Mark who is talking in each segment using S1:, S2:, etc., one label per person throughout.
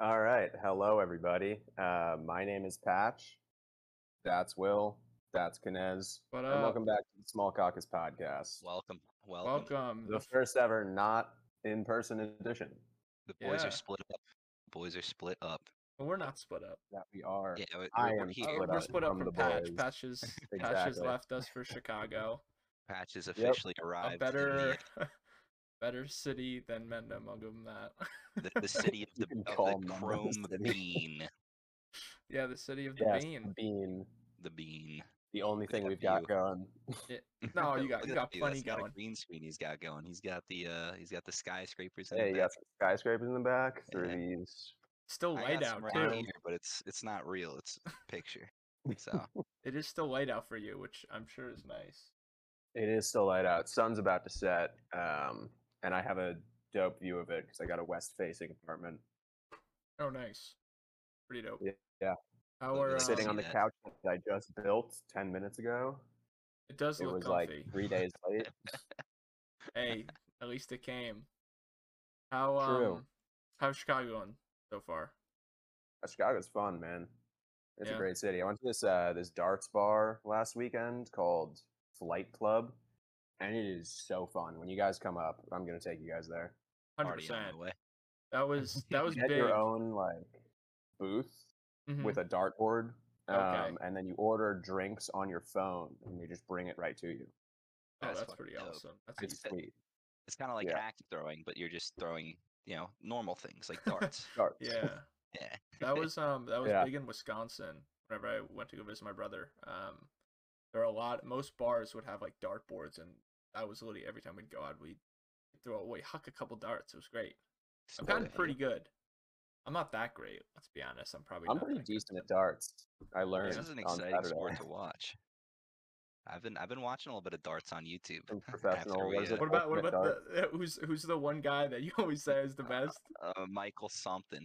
S1: All right. Hello, everybody. Uh, my name is Patch. That's Will. That's Kinez.
S2: What
S1: And
S2: up?
S1: welcome back to the Small Caucus Podcast.
S3: Welcome, welcome.
S2: Welcome.
S1: The first ever not in person edition
S3: The boys
S2: Yeah.
S3: are split up. The boys are split up.
S2: Well, we're not split up.
S1: that we are.
S3: Yeah, we're,
S1: I
S3: we're
S1: am
S2: Uh,
S3: here.
S1: split
S2: we're
S1: up
S2: split up
S1: from
S2: from
S1: the
S2: Patch.
S1: boys.
S2: Patches. Patch has
S1: Exactly.
S2: left us for Chicago,
S3: Patch has officially arrived.
S2: a
S3: in the-
S2: better, better city than Mendham. I'll give them that.
S3: the, the city of
S1: You
S3: the,
S1: can
S3: of
S1: call
S3: the
S1: Mendham a
S3: chrome
S1: city.
S3: bean.
S2: yeah, the city of the
S1: Yes,
S2: bean.
S1: Bean.
S3: The bean.
S1: The only thing
S3: at
S1: we've got
S3: you.
S1: going.
S2: No, you got
S3: Look
S2: you
S3: at
S2: got
S3: you,
S2: plenty
S3: that's not a
S2: going.
S3: green screen he's got going. He's got the uh he's got the skyscrapers. in the
S1: Hey, you
S3: back.
S1: got some skyscrapers in the back through
S3: Yeah.
S1: these.
S2: Still
S3: I
S2: light
S3: got some
S2: out
S3: right
S2: too.
S3: here, but it's it's not real. It's a picture. So
S2: It is still light out for you, which I'm sure is nice.
S1: It is still light out. Sun's about to set. Um, and I have a dope view of it because I got a west facing apartment.
S2: Oh, nice. Pretty dope.
S1: Yeah, yeah.
S2: Our,
S3: Wow.
S1: Sitting
S2: uh,
S1: on the
S3: Yeah.
S1: couch that I just built 10 minutes ago.
S2: it does
S1: It
S2: look
S1: was like
S2: comfy.
S1: three days late.
S2: hey, at least it came. How um,
S1: True.
S2: how's Chicago going so far?
S1: Uh, Chicago's fun, man. It's a
S2: Yeah.
S1: great city. I went to this uh, this darts bar last weekend called Flight Club, and it is so fun. When you guys come up, I'm gonna take you guys there.
S2: Hundred
S3: already on
S2: percent.
S3: the way.
S2: That was that was
S1: you had
S2: big.
S1: your own like booth
S2: Mhm.
S1: with a dartboard, um,
S2: Okay.
S1: and then you order drinks on your phone, and they just bring it right to you.
S2: Oh,
S3: That's
S2: that's,
S3: fucking
S2: pretty
S3: dope.
S2: awesome. That's
S1: It's
S2: easy.
S1: sweet.
S3: It's kinda like
S1: Yeah.
S3: axe throwing, but you're just throwing, you know, normal things like darts.
S1: Darts.
S2: Yeah,
S3: yeah.
S2: that was um that was
S1: Yeah.
S2: big in Wisconsin. Whenever I went to go visit my brother, um, there are a lot. Most bars would have like dart boards, and I was literally every time we'd go out, we'd throw away huck a couple darts. It was great. I've gotten
S3: Split.
S2: pretty good. I'm not that great. Let's be honest. I'm probably.
S1: I'm
S2: not
S1: pretty
S2: that good.
S1: decent at darts. I learned
S3: This is an
S1: on
S3: exciting
S1: Saturday
S3: sport to watch. I've been I've been watching a little bit of darts on YouTube.
S2: Mm.
S1: from
S3: after
S1: professional.
S3: we,
S1: What is
S3: uh,
S1: it?
S2: What about what
S1: Ultimate
S2: about
S1: darts?
S2: the who's who's the one guy that you always say is the best?
S3: uh, Michael something.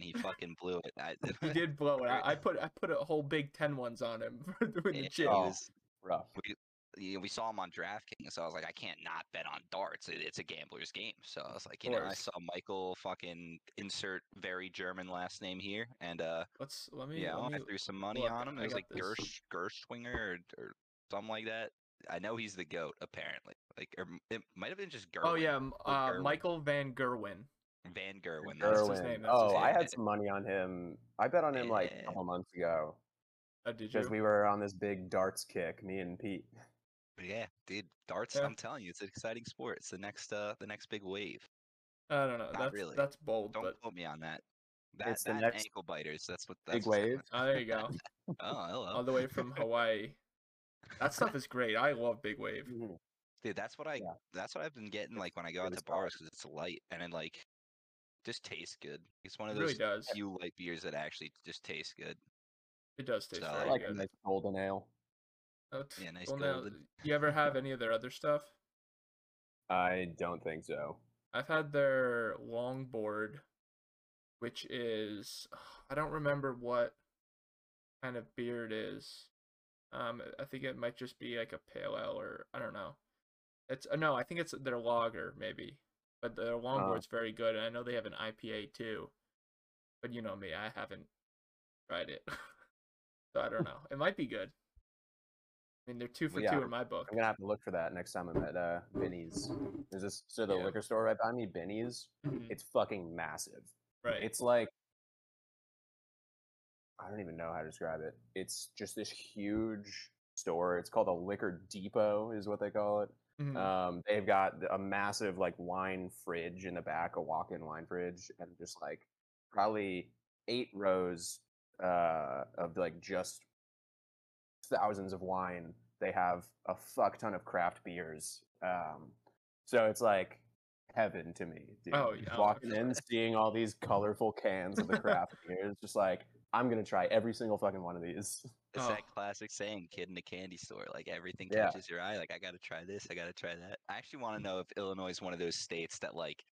S3: He fucking blew it. I,
S2: He did blow it. I, I put I put a whole big ten ones on him for doing the
S3: it
S2: gym.
S1: Oh.
S3: was-
S1: rough?
S3: yeah, we saw him on DraftKings, so I was like, I can't not bet on darts. It, it's a gambler's game. So I was like, you know, I
S2: course.
S3: saw Michael fucking insert very German last name here, and uh,
S2: Let's let me
S3: yeah,
S2: let
S3: I
S2: me-
S3: threw some money
S2: look,
S3: on him.
S2: I
S3: It was
S2: got
S3: like
S2: this.
S3: Gersh Gershwinger or, or something like that. I know he's the goat apparently. Like, or m- it might have been just Gerwin.
S2: Oh yeah, m-
S3: or
S2: uh,
S3: Gerwin.
S2: Michael Van Gerwen.
S3: Van Gerwen.
S2: That's his
S3: that's his-
S1: Irwin.
S2: name, that's his
S1: Oh, I
S3: name.
S1: had some money on him. I bet on him like a
S3: Yeah.
S1: couple months ago
S2: Oh, did you?
S1: because we were on this big darts kick, me and Pete.
S3: Yeah, dude, darts.
S2: Yeah.
S3: I'm telling you, it's an exciting sport. It's the next, uh, the next big wave.
S2: I don't know. That's
S3: really.
S2: that's bold,
S3: Don't
S2: but
S3: quote me on that. That,
S1: It's the
S3: that's
S1: next
S3: ankle biters. That's what. That's
S1: Big
S3: what's
S1: wave.
S2: oh, there you go.
S3: happening. Oh, hello.
S2: All the way from Hawaii. That stuff is great. I love Big Wave.
S1: Mm-hmm.
S3: Dude, that's what I.
S1: Yeah.
S3: That's what I've been getting like when I go
S1: really
S3: out to
S1: solid.
S3: bars because it's light and it like just tastes good. It's one
S2: It
S3: of
S2: really
S3: those
S2: does.
S3: few light beers that actually just tastes good.
S2: It does taste
S3: So,
S1: I
S2: very
S1: like a
S2: good.
S1: nice golden ale.
S2: Oh, t-
S3: Yeah, nice
S2: well, now,
S3: golden.
S2: you ever have any of their other stuff?
S1: I don't think so.
S2: I've had their longboard, which is I don't remember what kind of beer it is. Um, I think it might just be like a pale ale or I don't know. It's uh, no, I think it's their lager maybe, but their longboard's very good, and I know they have an IPA too. But you know me, I haven't tried it, so I don't know. It might be good. I mean, they're two for
S1: Yeah,
S2: two in my book.
S1: I'm gonna have to look for that next time I'm at uh Binny's. Is this so the
S2: Yeah.
S1: liquor store right behind me, Binny's?
S2: Mhm,
S1: It's fucking massive.
S2: right.
S1: It's like I don't even know how to describe it. It's just this huge store. It's called a liquor depot, is what they call it.
S2: Mhm.
S1: Um, they've got th- a massive like wine fridge in the back, a walk-in wine fridge, and just like probably eight rows uh, of like just thousands of wine. They have a fuck ton of craft beers. Um, so it's like heaven to me. Dude.
S2: Oh,
S1: Just
S2: yeah, oh,
S1: walking
S2: sure.
S1: in, seeing all these colorful cans of the craft beers, just like I'm gonna try every single fucking one of these.
S3: It's
S2: Oh.
S3: that classic saying, "Kid in a candy store." Like everything
S1: Yeah.
S3: catches your eye. Like I gotta try this. I gotta try that. I actually want to know if Illinois is one of those states that like,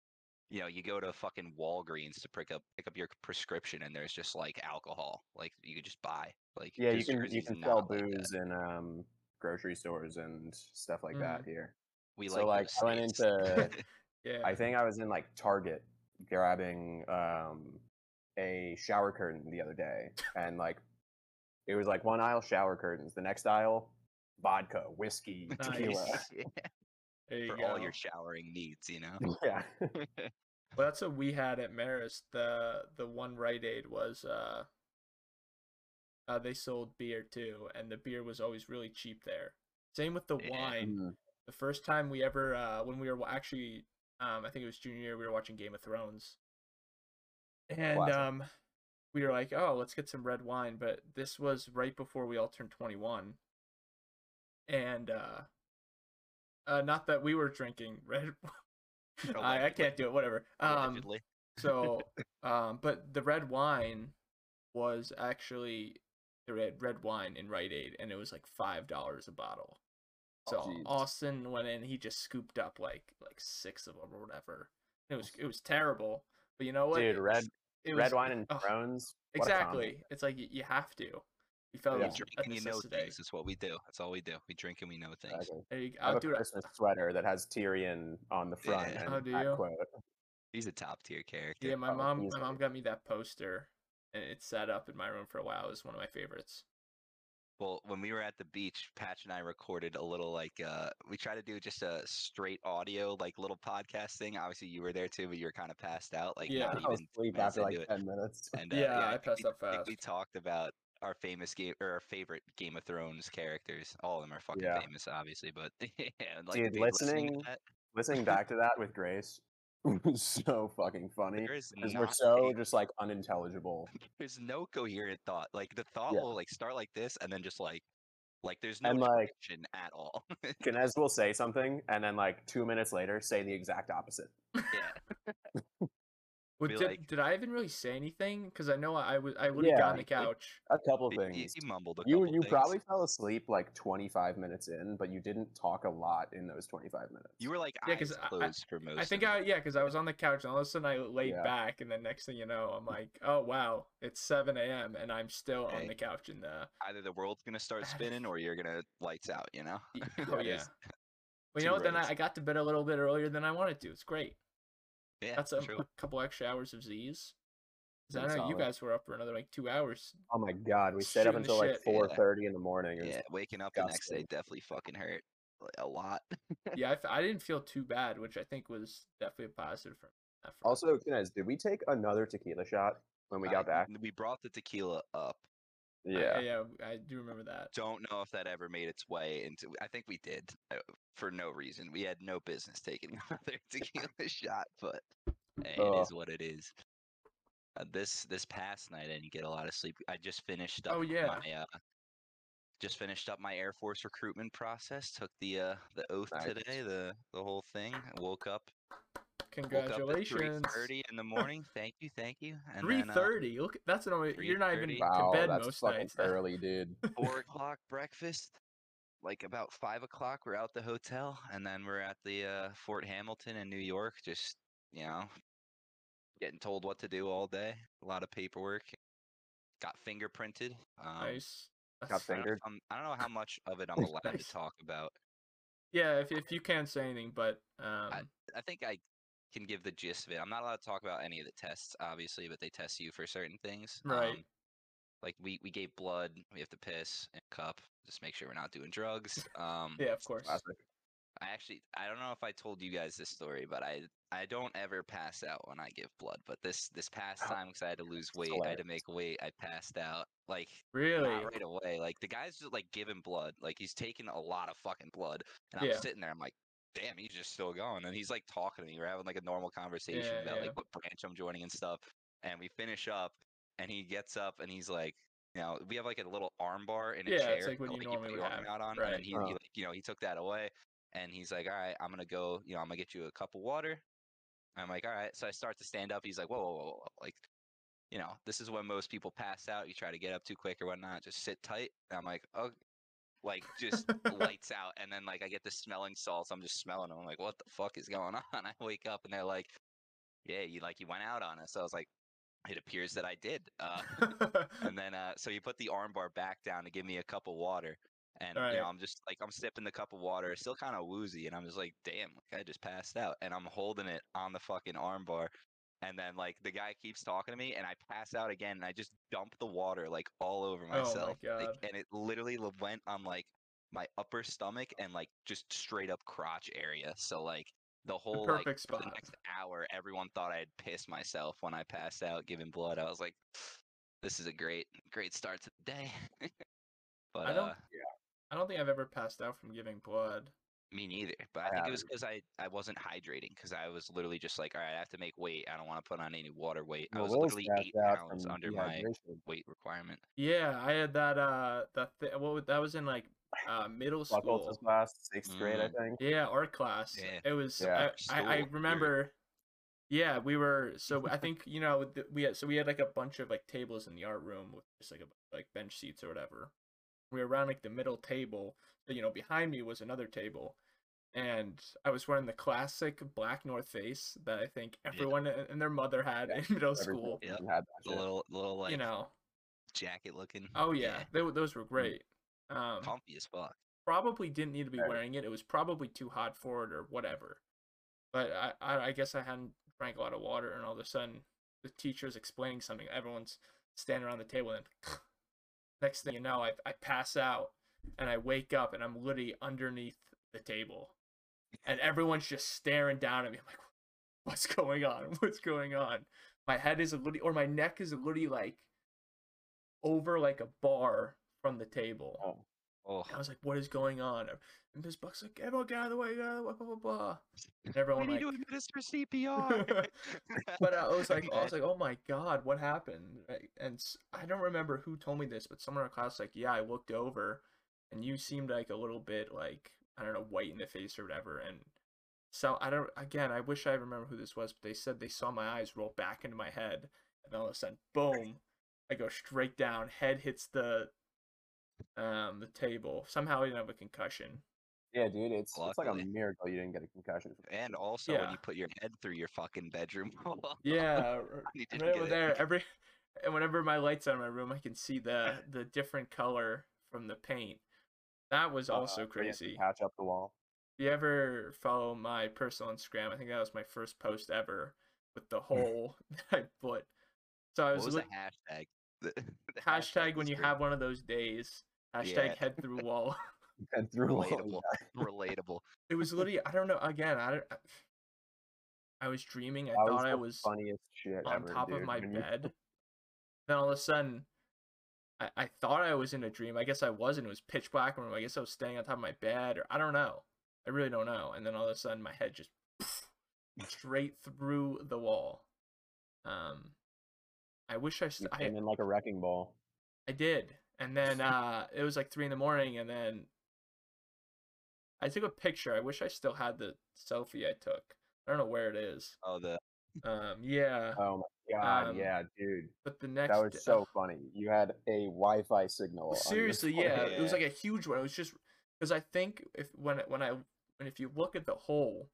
S3: you know, you go to fucking Walgreens to pick up pick up your prescription, and there's just like alcohol. Like you could just buy. Like
S1: Yeah, you
S3: 'cause
S1: can you
S3: Jersey's
S1: can sell
S3: not like that.
S1: booze in um, grocery stores and stuff like that
S2: Mm-hmm.
S1: here.
S3: We
S1: so,
S3: like.
S1: like, I went
S3: those states.
S1: into-
S2: yeah.
S1: I think I was in like Target grabbing um, a shower curtain the other day, and like it was like one aisle shower curtains, the next aisle vodka, whiskey, tequila.
S2: Nice.
S3: Yeah,
S2: There you
S3: for
S2: go.
S3: all your showering needs, you know.
S1: yeah,
S2: Well, that's what we had at Marist. The the one Rite Aid was uh, uh they sold beer too, and the beer was always really cheap there. Same with the
S3: Yeah.
S2: wine.
S1: Mm.
S2: The first time we ever uh when we were wa- actually um I think it was junior year we were watching Game of Thrones. And
S1: Classic.
S2: um we were like, "Oh, let's get some red wine," but this was right before we all turned 21. And uh uh not that we were drinking red I, I
S3: Allegedly.
S2: can't do it, whatever. Um
S3: Allegedly.
S2: so, um, but the red wine was actually the red red wine in Rite Aid, and it was like five dollars a bottle. So
S1: Oh, jeez.
S2: Austin went in, he just scooped up like like six of them or whatever. It was it was terrible, but you know what?
S1: Oh dude,
S2: It-
S1: red
S2: it
S1: red
S2: was-
S1: wine and
S2: oh,
S1: Thrones. what a combo.
S2: exactly. It's like you, you have to. You felt
S1: Yeah.
S2: it
S3: We
S2: was
S3: drink
S2: a
S3: and you know
S2: necessity.
S3: things. That's what we do. That's all we do. We drink and we know things.
S1: Exactly.
S2: There you go.
S1: I have a
S2: Oh, dude, I-
S1: Christmas sweater that has Tyrion on the front.
S3: Yeah.
S1: And
S2: Oh, do
S1: that
S2: you?
S1: Quote.
S3: He's a top tier character.
S2: yeah, my
S1: oh,
S2: mom my
S1: easily.
S2: mom got me that poster, and it sat up in my room for a while. It was one of my favorites.
S3: Well, when we were at the beach, Patch and I recorded a little like uh we tried to do just a straight audio like little podcast thing. Obviously you were there too, but you were kind of passed out like
S2: Yeah.
S3: not
S1: I was
S3: even
S1: asleep
S3: minutes
S1: after
S3: into
S1: like
S3: it.
S1: ten minutes.
S3: And uh,
S2: Yeah, I
S3: think
S2: passed
S3: we,
S2: out
S3: I think we
S2: fast.
S3: talked about our famous game or our favorite Game of Thrones characters. All of them are fucking
S1: Yeah.
S3: famous obviously, but yeah, and, like
S1: Dude,
S3: dude, listening,
S1: listening-
S3: to that,
S1: Listening back to that with Grace was so fucking funny
S3: there is
S1: because
S3: not
S1: we're
S3: a-
S1: so just like unintelligible.
S3: there's no coherent thought. Like the thought
S1: Yeah.
S3: will like start like this and then just like like there's no
S1: And, like-
S3: direction at all.
S1: Kinez will say something and then like two minutes later say the exact opposite.
S3: yeah.
S2: Well,
S3: be
S2: did,
S3: like-
S2: did I even really say anything? Because I know I, I would I would have
S1: Yeah,
S2: gotten the
S1: like-
S2: couch.
S1: A couple
S3: You- You,
S1: things.
S3: you mumbled a
S1: You
S3: couple
S1: you
S3: things.
S1: probably fell asleep like 25 minutes in, but you didn't talk a lot in those 25 minutes.
S3: You were like
S2: Yeah,
S3: eyes
S2: 'cause I- I-
S3: closed for most.
S2: I think
S3: of it.
S2: I yeah, because I was on the couch and all of a sudden I laid
S1: Yeah.
S2: back, and then next thing you know, I'm like, oh wow, it's seven a.m. and I'm still on
S3: Hey.
S2: the couch in the
S3: either the world's gonna start
S2: I-
S3: spinning or you're gonna lights out. You know.
S2: y- oh yeah. Well,
S3: There's two
S2: you know what? Then I,
S3: roads.
S2: I got to bed a little bit earlier than I wanted to. It's great.
S3: Yeah.
S2: That's a,
S3: true.
S2: a couple extra hours of Z's. 'Cause I
S1: That's
S2: know you
S1: solid.
S2: guys were up for another like two hours.
S1: Oh my god, we stayed up
S2: Shooting the
S1: until like
S2: shit,
S3: yeah.
S1: 4:30 in the morning. It was
S3: Yeah. Waking up the next day
S1: disgusting.
S3: definitely fucking hurt like, a lot.
S2: yeah, I, f- I didn't feel too bad, which I think was definitely a positive for. uh, for-
S1: Also, Kinez, did we take another tequila shot when we
S3: I-
S1: got back?
S3: We brought the tequila up.
S2: I-
S1: Yeah.
S2: yeah, I do remember that.
S3: Don't know if that ever made its way into. I think we did uh, for no reason. We had no business taking another tequila shot, but hey, it
S1: Ugh.
S3: is what it is. Uh, this this past night, I didn't get a lot of sleep. I just finished up.
S2: Oh yeah,
S3: my uh, just finished up my Air Force recruitment process. Took the uh, the oath
S1: Nice.
S3: today. The the whole thing. I woke up. Woke up at three
S2: congratulations.
S3: thirty in the morning. thank you, thank you. And
S2: Three
S3: then, uh,
S2: thirty. Look, that's an hour. You're not even
S3: 3:30.
S1: Wow,
S2: to bed
S1: that's
S2: most
S1: fucking
S2: nights.
S1: early, dude.
S3: four o'clock breakfast. Like about five o'clock, we're out the hotel, and then we're at the uh, Fort Hamilton in New York. Just you know, getting told what to do all day. A lot of paperwork. Got fingerprinted. Um,
S2: nice.
S1: Got
S2: That's-
S3: I don't, know
S1: fingered.
S3: if I'm- I don't know how much of it I'm allowed
S2: Nice.
S3: to talk about.
S2: Yeah, if if you can't say anything, but um,
S3: I think I can give the gist of it. I'm not allowed to talk about any of the tests, obviously, but they test you for certain things. um,
S2: Right.
S3: like we we gave blood. We have to piss in a cup. Just make sure we're not doing drugs. Um,
S2: yeah, of course.
S1: Classic.
S3: I actually I don't know if I told you guys this story, but I I don't ever pass out when I give blood. But this this past
S1: Oh,
S3: time because I had to lose weight, I had to
S1: hilarious.
S3: make weight. I passed out. Like
S2: Really?
S3: not right away. Like the guy's just like giving blood. Like he's taking a lot of fucking blood. And I'm
S2: Yeah.
S3: sitting there, I'm like, damn, he's just still going. And he's like talking to me. We're having like a normal conversation
S2: Yeah,
S3: about
S2: yeah.
S3: like what branch I'm joining and stuff. And we finish up and he gets up and he's like, you know, we have like a little arm bar in a
S2: Yeah, it's
S3: chair.
S2: like what
S3: that,
S2: you normally
S3: put
S2: would
S3: your arm
S2: have,
S3: out on. And
S2: right.
S3: then he,
S1: Uh-huh.
S3: he like, you know, he took that away and he's like, All right, I'm gonna go, you know, I'm gonna get you a cup of water. I'm like, all right. So I start to stand up. He's like, whoa, whoa, whoa, whoa. Like, you know, this is when most people pass out. You try to get up too quick or whatnot. Just sit tight. And I'm like, oh, like just lights out. And then like I get the smelling salts. I'm just smelling them. I'm like, what the fuck is going on? I wake up and they're like, yeah, you like you went out on us. I was like, it appears that I did. Uh, and then uh, so he put the armbar back down to give me a cup of water. And you
S2: Right.
S3: know, I'm just like I'm sipping the cup of water, it's still kind of woozy, and I'm just like, damn, like I just passed out, and I'm holding it on the fucking armbar, And then like the guy keeps talking to me, and I pass out again, and I just dump the water like all over
S2: Oh my
S3: myself, like,
S2: God.
S3: and it literally l- went on like my upper stomach and like just straight up crotch area. So like the whole like
S2: perfect
S3: for the
S2: spot.
S3: next hour, everyone thought I had pissed myself when I passed out giving blood. I was like, this is a great great start to the day. but
S2: I don't
S3: uh,
S2: I don't think I've ever passed out from giving blood.
S3: me neither. But I,
S1: I
S3: think it was because I, I wasn't hydrating because I was literally just like, all right, I have to make weight. I don't want to put on any water weight. I was literally eight pounds under my weight requirement.
S2: Yeah, I had that uh that th- what was, that was in like uh middle school.
S1: class, sixth grade,
S3: Mm-hmm.
S1: I think.
S2: Yeah, art class.
S3: Yeah.
S2: It was.
S1: Yeah.
S2: I, I, I
S3: Stool,
S2: remember. Yeah, we were. So I think you know th- we had. So we had like a bunch of like tables in the art room with just like a, like bench seats or whatever. We were around like the middle table. But, you know, behind me was another table, and I was wearing the classic black North Face that I think everyone a- and their mother had
S1: Yeah,
S2: in middle
S1: Every
S2: school.
S1: person
S3: Yep.
S1: had that
S3: The
S1: shit.
S3: little little like Mm.
S2: you know.
S3: jacket looking.
S2: Oh yeah, they were those were great. Um,
S3: Comfy as fuck.
S2: probably didn't need to be
S1: Right.
S2: wearing it. It was probably too hot for it or whatever. But I, I, I guess I hadn't drank a lot of water, and all of a sudden, the teacher's explaining something. Everyone's standing around the table, and next thing you know, I, I pass out and I wake up, and I'm literally underneath the table, and everyone's just staring down at me. I'm like, what's going on? What's going on? My head is a little, or my neck is a little like over like a bar from the table.
S1: Oh.
S3: Oh,
S2: I was like, "What is going on?" And Miss Buck's like, "Everyone get out of the way, get out of the way, blah blah blah." And everyone like,
S3: administer CPR.
S2: but I was like, I was like, "Oh my god, what happened?" Like, And s- I don't remember who told me this, but someone in our class was like, "Yeah, I looked over, and you seemed like a little bit like I don't know, white in the face or whatever." And so I don't. Again, I wish I remember who this was, but they said they saw my eyes roll back into my head, and all of a sudden, boom, I go straight down. Head hits the um the table. Somehow I didn't have a concussion.
S1: Yeah, dude, it's it's like a
S3: Luckily.
S1: miracle you didn't get a concussion. from
S3: and also when
S2: Yeah.
S3: you put your head through your fucking bedroom wall,
S2: Yeah,
S3: you
S2: right
S3: didn't get
S2: over
S3: it.
S2: there. Every and whenever my lights on my room, I can see the the different color from the paint. That was
S1: that.
S2: also
S1: Uh, where you have to
S2: crazy.
S1: Patch up the wall.
S2: You ever follow my personal Instagram? I think that was my first post ever with the hole that I put. So I
S3: Hmm. What
S2: was,
S3: was the
S2: look-
S3: hashtag? The, the
S2: hashtag when
S3: was
S2: you
S3: great.
S2: have one of those days. Hashtag
S3: Yeah.
S2: head through wall.
S1: And through all of
S3: Relatable.
S1: that.
S3: relatable.
S2: It was literally I don't know. Again, I don't. I was dreaming. I
S1: That was
S2: thought I
S1: the
S2: was.
S1: funniest shit
S2: on
S1: ever,
S2: top of
S1: dude.
S2: my
S1: When you-
S2: bed. Then all of a sudden, I, I thought I was in a dream. I guess I wasn't. It was pitch black room. I guess I was staying on top of my bed, or I don't know. I really don't know. And then all of a sudden, my head just straight through the wall. Um, I wish I,
S1: you
S2: st- I
S1: came in like a wrecking ball.
S2: I did. And then uh, it was like three in the morning, and then I took a picture. I wish I still had the selfie I took. I don't know where it is.
S3: Oh, the
S2: Um, yeah,
S1: Oh my god,
S2: Um,
S1: yeah, dude.
S2: but the next
S1: That was
S2: d-
S1: so funny. You had a Wi-Fi signal. on your
S2: Seriously,
S1: phone.
S2: yeah, it was
S3: Yeah.
S2: like a huge one. It was just because I think if when it- when I when if you look at the hole,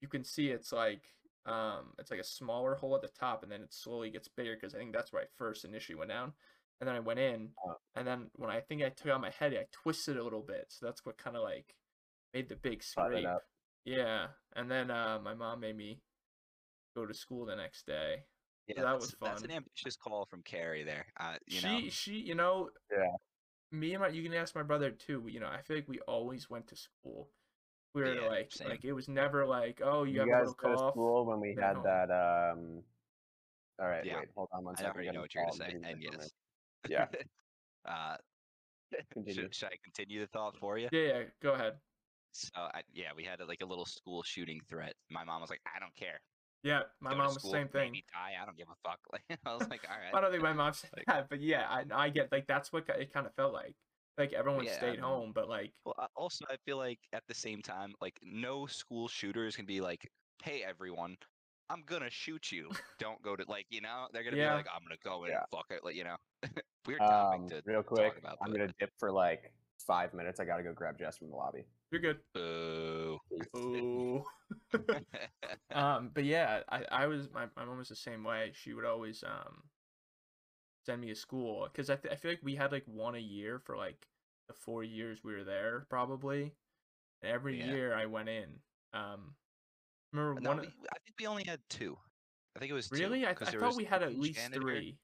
S2: you can see it's like um it's like a smaller hole at the top, and then it slowly gets bigger because I think that's where I first initially went down, and then I went in,
S1: Oh.
S2: and then when I think I took out my head, I twisted it a little bit, so that's what kind of like made the big
S1: Cut it
S2: scrape.
S1: up.
S2: Yeah, and then uh, my mom made me go to school the next day.
S3: yeah,
S2: that
S3: that's,
S2: was
S3: That's an
S2: fun.
S3: ambitious call from Carrie there. Uh, you
S2: she
S3: know,
S2: she you know
S1: Yeah.
S2: me and my you can ask my brother too but, you know i feel like we always went to school we were
S3: Yeah,
S2: like
S3: same.
S2: like it was never like oh you,
S1: You
S2: have a
S1: guys
S2: little
S1: go to
S2: cough
S1: school when we
S2: then
S1: had
S2: home.
S1: that. Um. All right,
S3: Yeah.
S1: wait, hold on one
S3: I
S1: second.
S3: already
S1: I'm
S3: know what you're gonna
S1: call
S3: say,
S1: Vinny
S3: and
S1: Rickman
S3: yes.
S1: right- Yeah.
S3: uh,
S1: Continue.
S3: should, should I continue the thought for you?
S2: yeah yeah go ahead
S3: So I, yeah, we had like a little school shooting threat. My mom was like, "I don't care.
S2: yeah my
S3: Go to
S2: mom was the
S3: school,
S2: same
S3: make
S2: thing
S3: me die. I don't give a fuck." Like I was like, "All right."
S2: i don't think my mom said
S3: Like-
S2: that but yeah i, I get like that's what ki- it kind of felt like like everyone
S3: Yeah, I
S2: stayed
S3: mean-
S2: home but like
S3: Well, I- also, I feel like at the same time, like no school shooters can be like, "Hey, everyone, I'm gonna shoot you. Don't go to like you know." They're gonna
S2: Yeah.
S3: be like, "I'm gonna go in
S1: Yeah.
S3: and fuck it," like you know. Weird topic
S1: Um,
S3: to
S1: real quick,
S3: about,
S1: I'm
S3: but-
S1: gonna dip for like five minutes. I gotta go grab Jess from the lobby.
S2: you're good
S3: boo.
S2: Ooh. um but yeah i i was my, my mom was the same way she would always um send me to school because I, th- I feel like we had like one a year for like the four years we were there probably and every
S3: Yeah.
S2: year i went in um remember
S3: No,
S2: one
S3: we, I think we only had two. I think it was two,
S2: Really? I, th-
S3: 'cause
S2: I
S3: there
S2: thought
S3: was
S2: we
S3: the
S2: had at
S3: one
S2: least
S3: janitor
S2: three.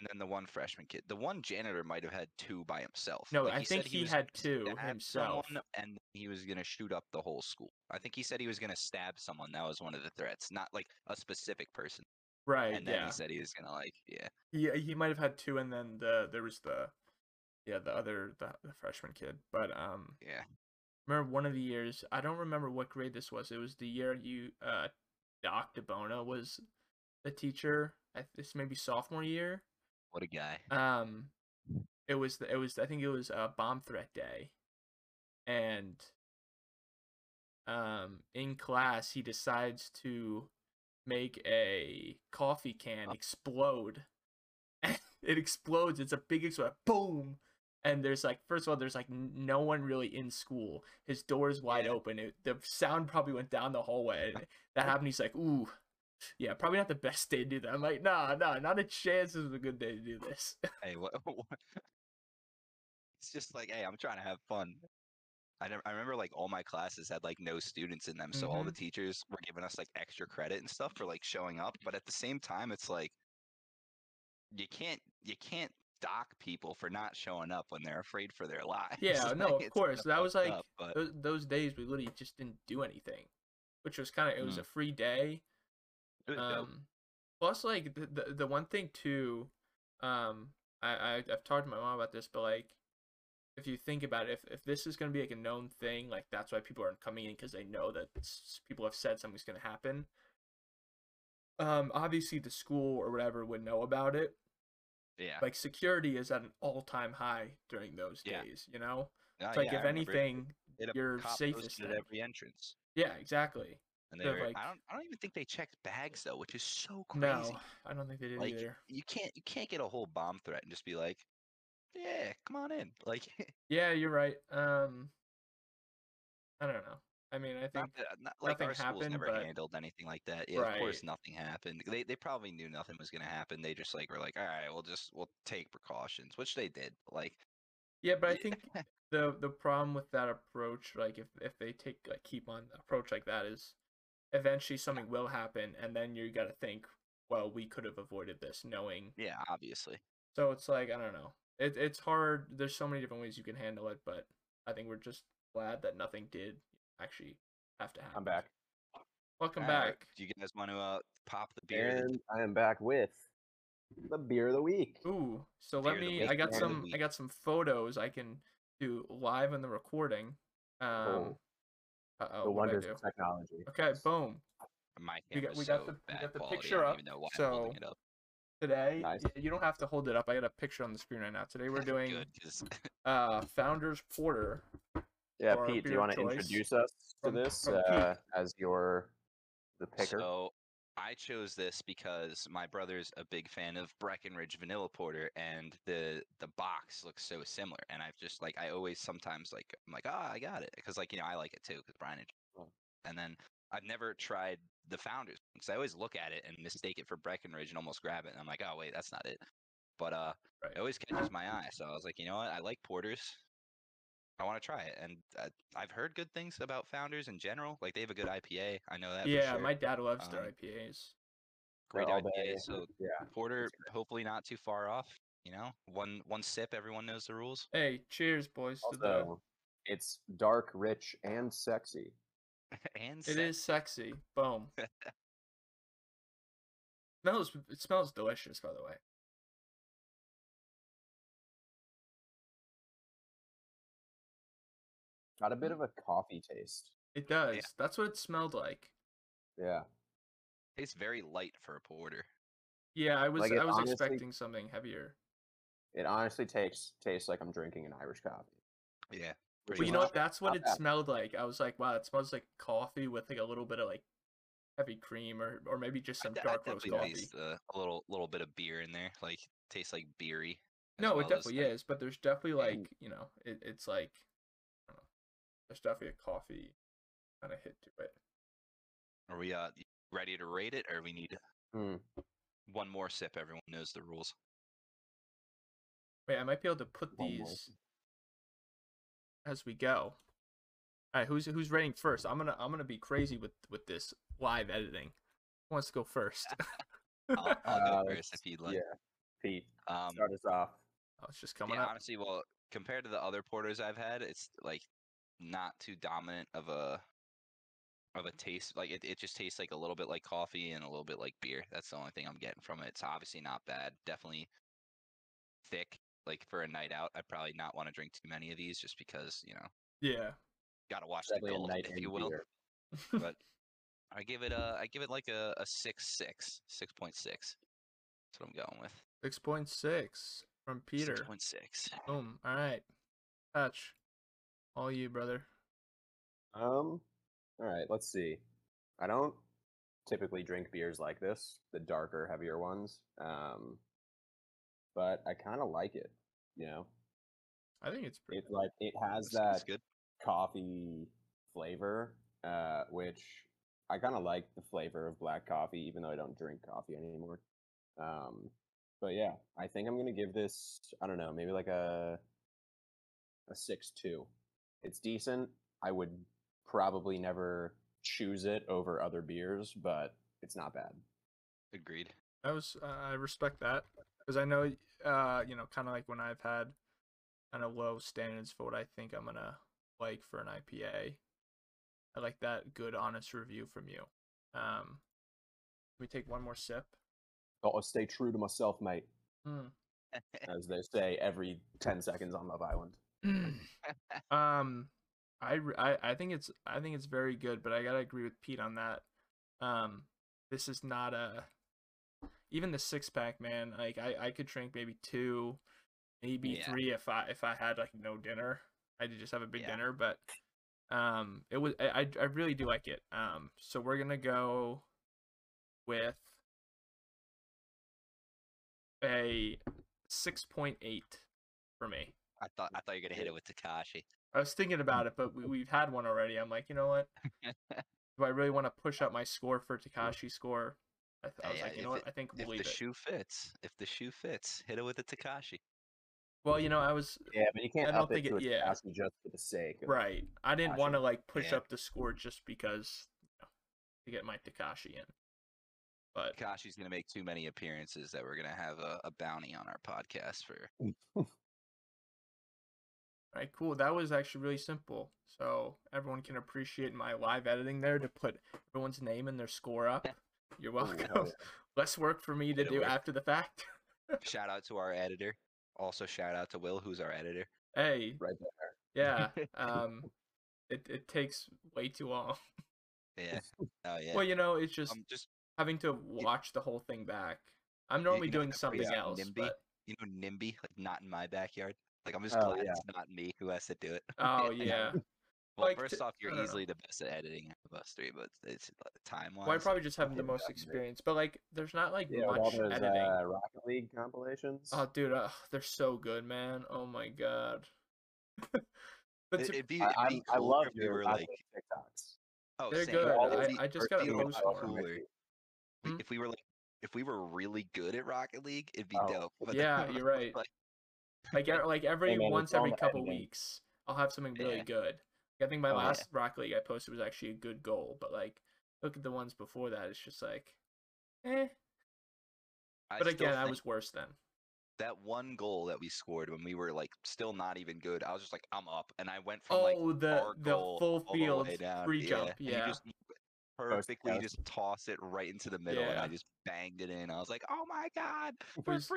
S3: and then the one freshman kid. The one janitor might have had two by himself.
S2: No,
S3: Like,
S2: I
S3: he
S2: think
S3: said
S2: he,
S3: was
S2: had
S3: gonna
S2: two
S3: stab
S2: himself.
S3: someone, and he was gonna shoot up the whole school. I think he said he was gonna stab someone. That was one of the threats, not like a specific person.
S2: Right?
S3: And then
S2: Uh, Yeah.
S3: he said he was gonna like, yeah,
S2: He he might have had two, and then the there was the, yeah, the other the, the freshman kid. But um,
S3: yeah.
S2: remember one of the years i don't remember what grade this was it was the year you uh doc debona was the teacher I, this may be sophomore year
S3: What a guy.
S2: um it was the, it was i think it was uh bomb threat day and um in class he decides to make a coffee can
S3: Oh.
S2: explode it explodes it's a big explosion boom and there's like first of all there's like n- no one really in school his door is wide
S3: Yeah.
S2: open it, the sound probably went down the hallway and that happened he's like ooh yeah probably not the best day to do that i'm like nah nah not a chance this is a good day to do this
S3: hey, what? what- It's just like, hey, I'm trying to have fun. I, never, I remember like all my classes had like no students in them, so all the
S2: Mm-hmm.
S3: teachers were giving us like extra credit and stuff for like showing up. But at the same time, it's like you can't you can't dock people for not showing up when they're afraid for their lives.
S2: Yeah,
S3: Like,
S2: no, of
S3: it's
S2: course.
S3: kinda
S2: That was,
S3: fucked
S2: like,
S3: but
S2: those, those days we literally just didn't do anything which was kind of it was
S3: Mm.
S2: a free day
S3: it was dope.
S2: um plus like the, the the one thing too um I, I i've talked to my mom about this but like if you think about it if, if this is going to be like a known thing like that's why people aren't coming in because they know that s- people have said something's going to happen um obviously the school or whatever would know about it
S3: yeah,
S2: like security is at an all-time high during those
S3: Yeah.
S2: days you know
S3: No,
S2: it's like
S3: oh, yeah, I
S2: if
S3: remember it.
S2: anything
S3: They had a
S2: you're
S3: cop
S2: safe
S3: posted
S2: this
S3: at
S2: time.
S3: every entrance,
S2: yeah exactly
S3: and they
S2: They're
S3: were,
S2: like-
S3: I don't I don't even think they checked bags though, which is so crazy.
S2: no i don't think they did
S3: like
S2: either
S3: you can't you can't get a whole bomb threat and just be like yeah come on in like
S2: Yeah, you're right. Um, I don't know. I mean, I
S3: not
S2: think
S3: that, not, like
S2: nothing
S3: our schools
S2: happened,
S3: never
S2: but-
S3: handled anything like that yeah of course nothing happened they they probably knew nothing was going to happen they just like were like all right we'll just we'll take precautions which they did but, like
S2: yeah, but I
S3: yeah,
S2: think the the problem with that approach, like if if they take like keep on approach like that, is eventually something will happen, and then you got to think, well, we could have avoided this knowing.
S3: yeah obviously
S2: So it's like I don't know. It it's hard. There's so many different ways you can handle it, but I think we're just glad that nothing did actually have to happen.
S1: I'm back.
S2: Welcome
S3: All right,
S2: back.
S3: do you guys want to uh pop the beer that-
S1: And I am back with the beer of the week.
S2: Ooh, so
S3: Beer
S2: let
S3: of the
S2: me.
S3: week,
S2: I
S1: man
S2: got
S1: of the
S2: some. I
S3: week.
S2: got some photos I can do live in the recording. Um,
S1: Oh,
S2: uh oh,
S1: the
S2: what I
S1: wonders
S2: do?
S1: of technology.
S2: Okay, boom.
S3: my
S2: we got-
S3: camera's
S2: we got
S3: so
S2: the- we
S3: bad
S2: got the
S3: quality,
S2: picture
S3: I don't
S2: up,
S3: even know why I'm holding
S2: so
S3: it up
S2: Today,
S1: Nice.
S2: y- you don't have to hold it up. I got a picture on the screen right now. Today we're doing
S3: good 'cause
S2: uh Founders Porter.
S1: Yeah,
S2: Or
S1: Pete, do
S2: beer
S1: you want to
S2: choice
S1: introduce us to
S2: from-
S1: this
S2: from Pete.
S1: uh, as your the picker?
S3: So I chose this because my brother's a big fan of Breckenridge Vanilla Porter, and the the box looks so similar. And I've just like I always sometimes like I'm like ah I got it because like you know I like it too because Brian and
S1: Oh.
S3: and then I've never tried the Founders because I always look at it and mistake it for Breckenridge and almost grab it and I'm like oh wait that's not it. But uh,
S2: Right.
S3: it always catches my eye, so I was like you know what I like porters. I want to try it, and uh, I've heard good things about Founders in general. Like they have a good IPA, I know that. for
S2: yeah,
S3: sure
S2: my dad loves their
S3: Um,
S2: IPAs.
S1: They're
S3: great
S1: all
S3: IPA.
S1: day.
S3: So
S1: yeah,
S3: Porter, hopefully not too far off. You know, one one sip, everyone knows the rules.
S2: Hey, cheers, boys! to the-
S1: also it's dark, rich, and sexy.
S3: and
S2: it
S3: sip.
S2: is sexy. Boom. smells. It smells delicious, by the way.
S1: Got a
S2: Mm.
S1: bit of a coffee taste.
S2: It does. That's what it smelled like.
S1: Yeah,
S3: Tastes very light for a porter.
S2: Yeah, I was.
S1: Like, it
S2: I was
S1: honestly-
S2: expecting something heavier.
S1: it honestly tastes tastes like I'm drinking an Irish coffee.
S3: Yeah.
S1: pretty
S2: Well, you know what? That's what
S1: Not
S2: it
S1: bad.
S2: smelled like. I was like, wow, it smells like coffee with like a little bit of like heavy cream or or maybe just some
S3: I,
S2: dark roast
S3: definitely
S2: coffee.
S3: taste uh, a little little bit of beer in there. Like tastes like beery. as
S2: No,
S3: well
S2: it
S3: as,
S2: definitely
S3: like-
S2: is, but there's definitely
S3: Yeah.
S2: like you know, it, it's like, I don't know, there's definitely a coffee kind of hit to it.
S3: Are we uh ready to rate it, or we need
S1: Mm.
S3: one more sip? Everyone knows the rules.
S2: Wait, I might be able to put
S1: One more.
S2: these as we go. All right, who's who's rating first? I'm gonna I'm gonna be crazy with with this live editing. Who wants to go first?
S3: I'll, I'll
S1: Uh,
S3: go first if you'd like.
S1: yeah. Pete,
S3: Um,
S1: start us off.
S2: Oh, it's just coming
S3: yeah,
S2: up.
S3: honestly, well, compared to the other porters I've had, it's like not too dominant of a of a taste. Like it, it just tastes like a little bit like coffee and a little bit like beer. That's the only thing I'm getting from it. It's obviously not bad. Definitely thick. Like for a night out, I probably not want to drink too many of these just because you know
S2: Yeah.
S3: gotta watch
S1: Definitely
S3: the
S1: a
S3: goals,
S1: night
S3: if
S1: end
S3: you will.
S1: beer.
S3: but I give it a I give it like a, a six six six point six. That's what I'm going with.
S2: Six point six from
S3: Six
S2: Peter.
S3: point six.
S2: Boom. All right. Touch. All you, brother.
S1: Um, all right, let's see. I don't typically drink beers like this, the darker, heavier ones. Um, but I kind of like it. You know,
S2: I think it's pretty.
S1: it's like it has
S3: That's
S1: that
S3: good.
S1: coffee flavor, uh, which I kind of like the flavor of black coffee, even though I don't drink coffee anymore. Um, but yeah, I think I'm gonna give this. I don't know, maybe like a a six two. It's decent. I would probably never choose it over other beers, but it's not bad.
S3: Agreed.
S2: That was uh, I respect that because I know uh you know kind of like when I've had kind of low standards for what I think I'm gonna like for an IPA. I like that good honest review from you. Um, we take one more sip.
S1: Gotta stay true to myself, mate,
S2: Mm.
S1: as they say every ten seconds on Love Island. Mm.
S2: um, I, re- I I think it's I think it's very good, but I gotta agree with Pete on that. Um, this is not a even the six pack, man. Like I I could drink maybe two, maybe
S3: Yeah.
S2: three if I if I had like no dinner. I did just have a big
S3: Yeah.
S2: dinner, but um, it was I I- I really do like it. Um, so we're gonna go with a six point eight for me.
S3: I thought I thought you were gonna hit it with Takashi.
S2: I was thinking about it, but we, we've had one already. I'm like, you know what? Do I really want to push up my score for Takashi's score? I, th- I
S3: Hey,
S2: was
S3: uh,
S2: like, you
S3: if
S2: know what?
S3: it-
S2: I think
S3: If
S2: we'll
S3: the
S2: leave it.
S3: shoe fits, if the shoe fits, hit it with a Takashi.
S2: well, you know, I was
S1: Yeah, but you can't
S2: I don't
S1: up it
S2: think
S1: to
S2: it-
S1: a
S2: yeah.
S1: yeah. just for the sake. Of
S2: right. I didn't want to like push
S3: Yeah.
S2: up the score just because you know, to get my Takashi in. But
S3: Takashi's gonna make too many appearances that we're gonna have a, a bounty on our podcast for.
S2: all right, cool. That was actually really simple, so everyone can appreciate my live editing there to put everyone's name and their score up. You're
S1: Oh, hell
S2: welcome.
S1: yeah.
S2: Less work for me to
S3: It'll
S2: do
S3: work.
S2: after the fact.
S3: shout out to our editor. Also shout out to Will, who's our editor.
S2: hey,
S1: right there.
S2: yeah. Um, it it takes way too long.
S3: Yeah. Oh yeah. Um,
S2: Well, you know, it's just
S3: I'm just
S2: having to watch the whole thing back. I'm normally
S3: you know
S2: doing
S3: the phrase
S2: something
S3: about
S2: else,
S3: NIMBY?
S2: but
S3: you know NIMBY, like not in my backyard. Like I'm just
S1: Oh,
S3: glad
S1: yeah.
S3: it's not me who has to do it.
S2: oh
S3: Like,
S2: yeah.
S3: Well,
S2: Like,
S3: first
S2: t-
S3: off,
S2: I
S3: you're
S2: don't know.
S3: easily the best at editing of us three, but it's uh, time wise.
S2: Well, I probably just have
S1: I
S2: the
S1: did
S2: most
S1: that, mate.
S2: experience, but like, there's not like
S1: Yeah, with all
S2: much
S1: those
S2: editing.
S1: uh, Rocket League compilations.
S2: Oh, dude, uh, they're so good, man. Oh my god. but
S3: it,
S2: to-
S3: would be,
S1: I,
S3: it'd
S1: I'm-
S3: be
S1: I
S3: cooler
S1: love
S3: if we
S1: your
S3: were
S1: Rocket
S3: like,
S1: League TikToks.
S3: oh,
S2: They're
S3: same,
S2: good.
S3: but it'd
S1: I-
S3: be-
S2: I just
S3: or
S2: gotta
S3: it'd be
S1: Yeah,
S2: post
S1: I
S3: a lot
S1: love
S2: more.
S1: Rocket
S3: cooler
S1: League.
S3: Like,
S2: Hmm?
S3: if we were like if we were really good at Rocket League, it'd be
S1: Oh,
S3: dope. but
S2: yeah, you're right.
S3: like-
S2: Like e- like every
S1: man, it's
S2: once
S1: all
S2: every
S1: the
S2: couple
S1: editing.
S2: weeks, I'll have something really
S3: Yeah.
S2: good. I think my
S1: Oh, yeah.
S2: last Rocket League I posted was actually a good goal, but like look at the ones before that, it's just like, eh. But
S3: still
S2: again, I
S3: think
S2: was worse then.
S3: that one goal that we scored when we were like still not even good. I was just like, I'm up, and I went from
S2: Oh,
S3: like
S2: the
S3: our
S2: the
S3: goal
S2: full
S3: all the
S2: field
S3: way down.
S2: free
S3: yeah,
S2: jump,
S3: and you
S2: yeah.
S3: just perfectly
S1: yes.
S3: just toss it right into the middle, and
S2: Yeah.
S3: I just banged it in. I was like, oh my god, we're
S2: was- yeah.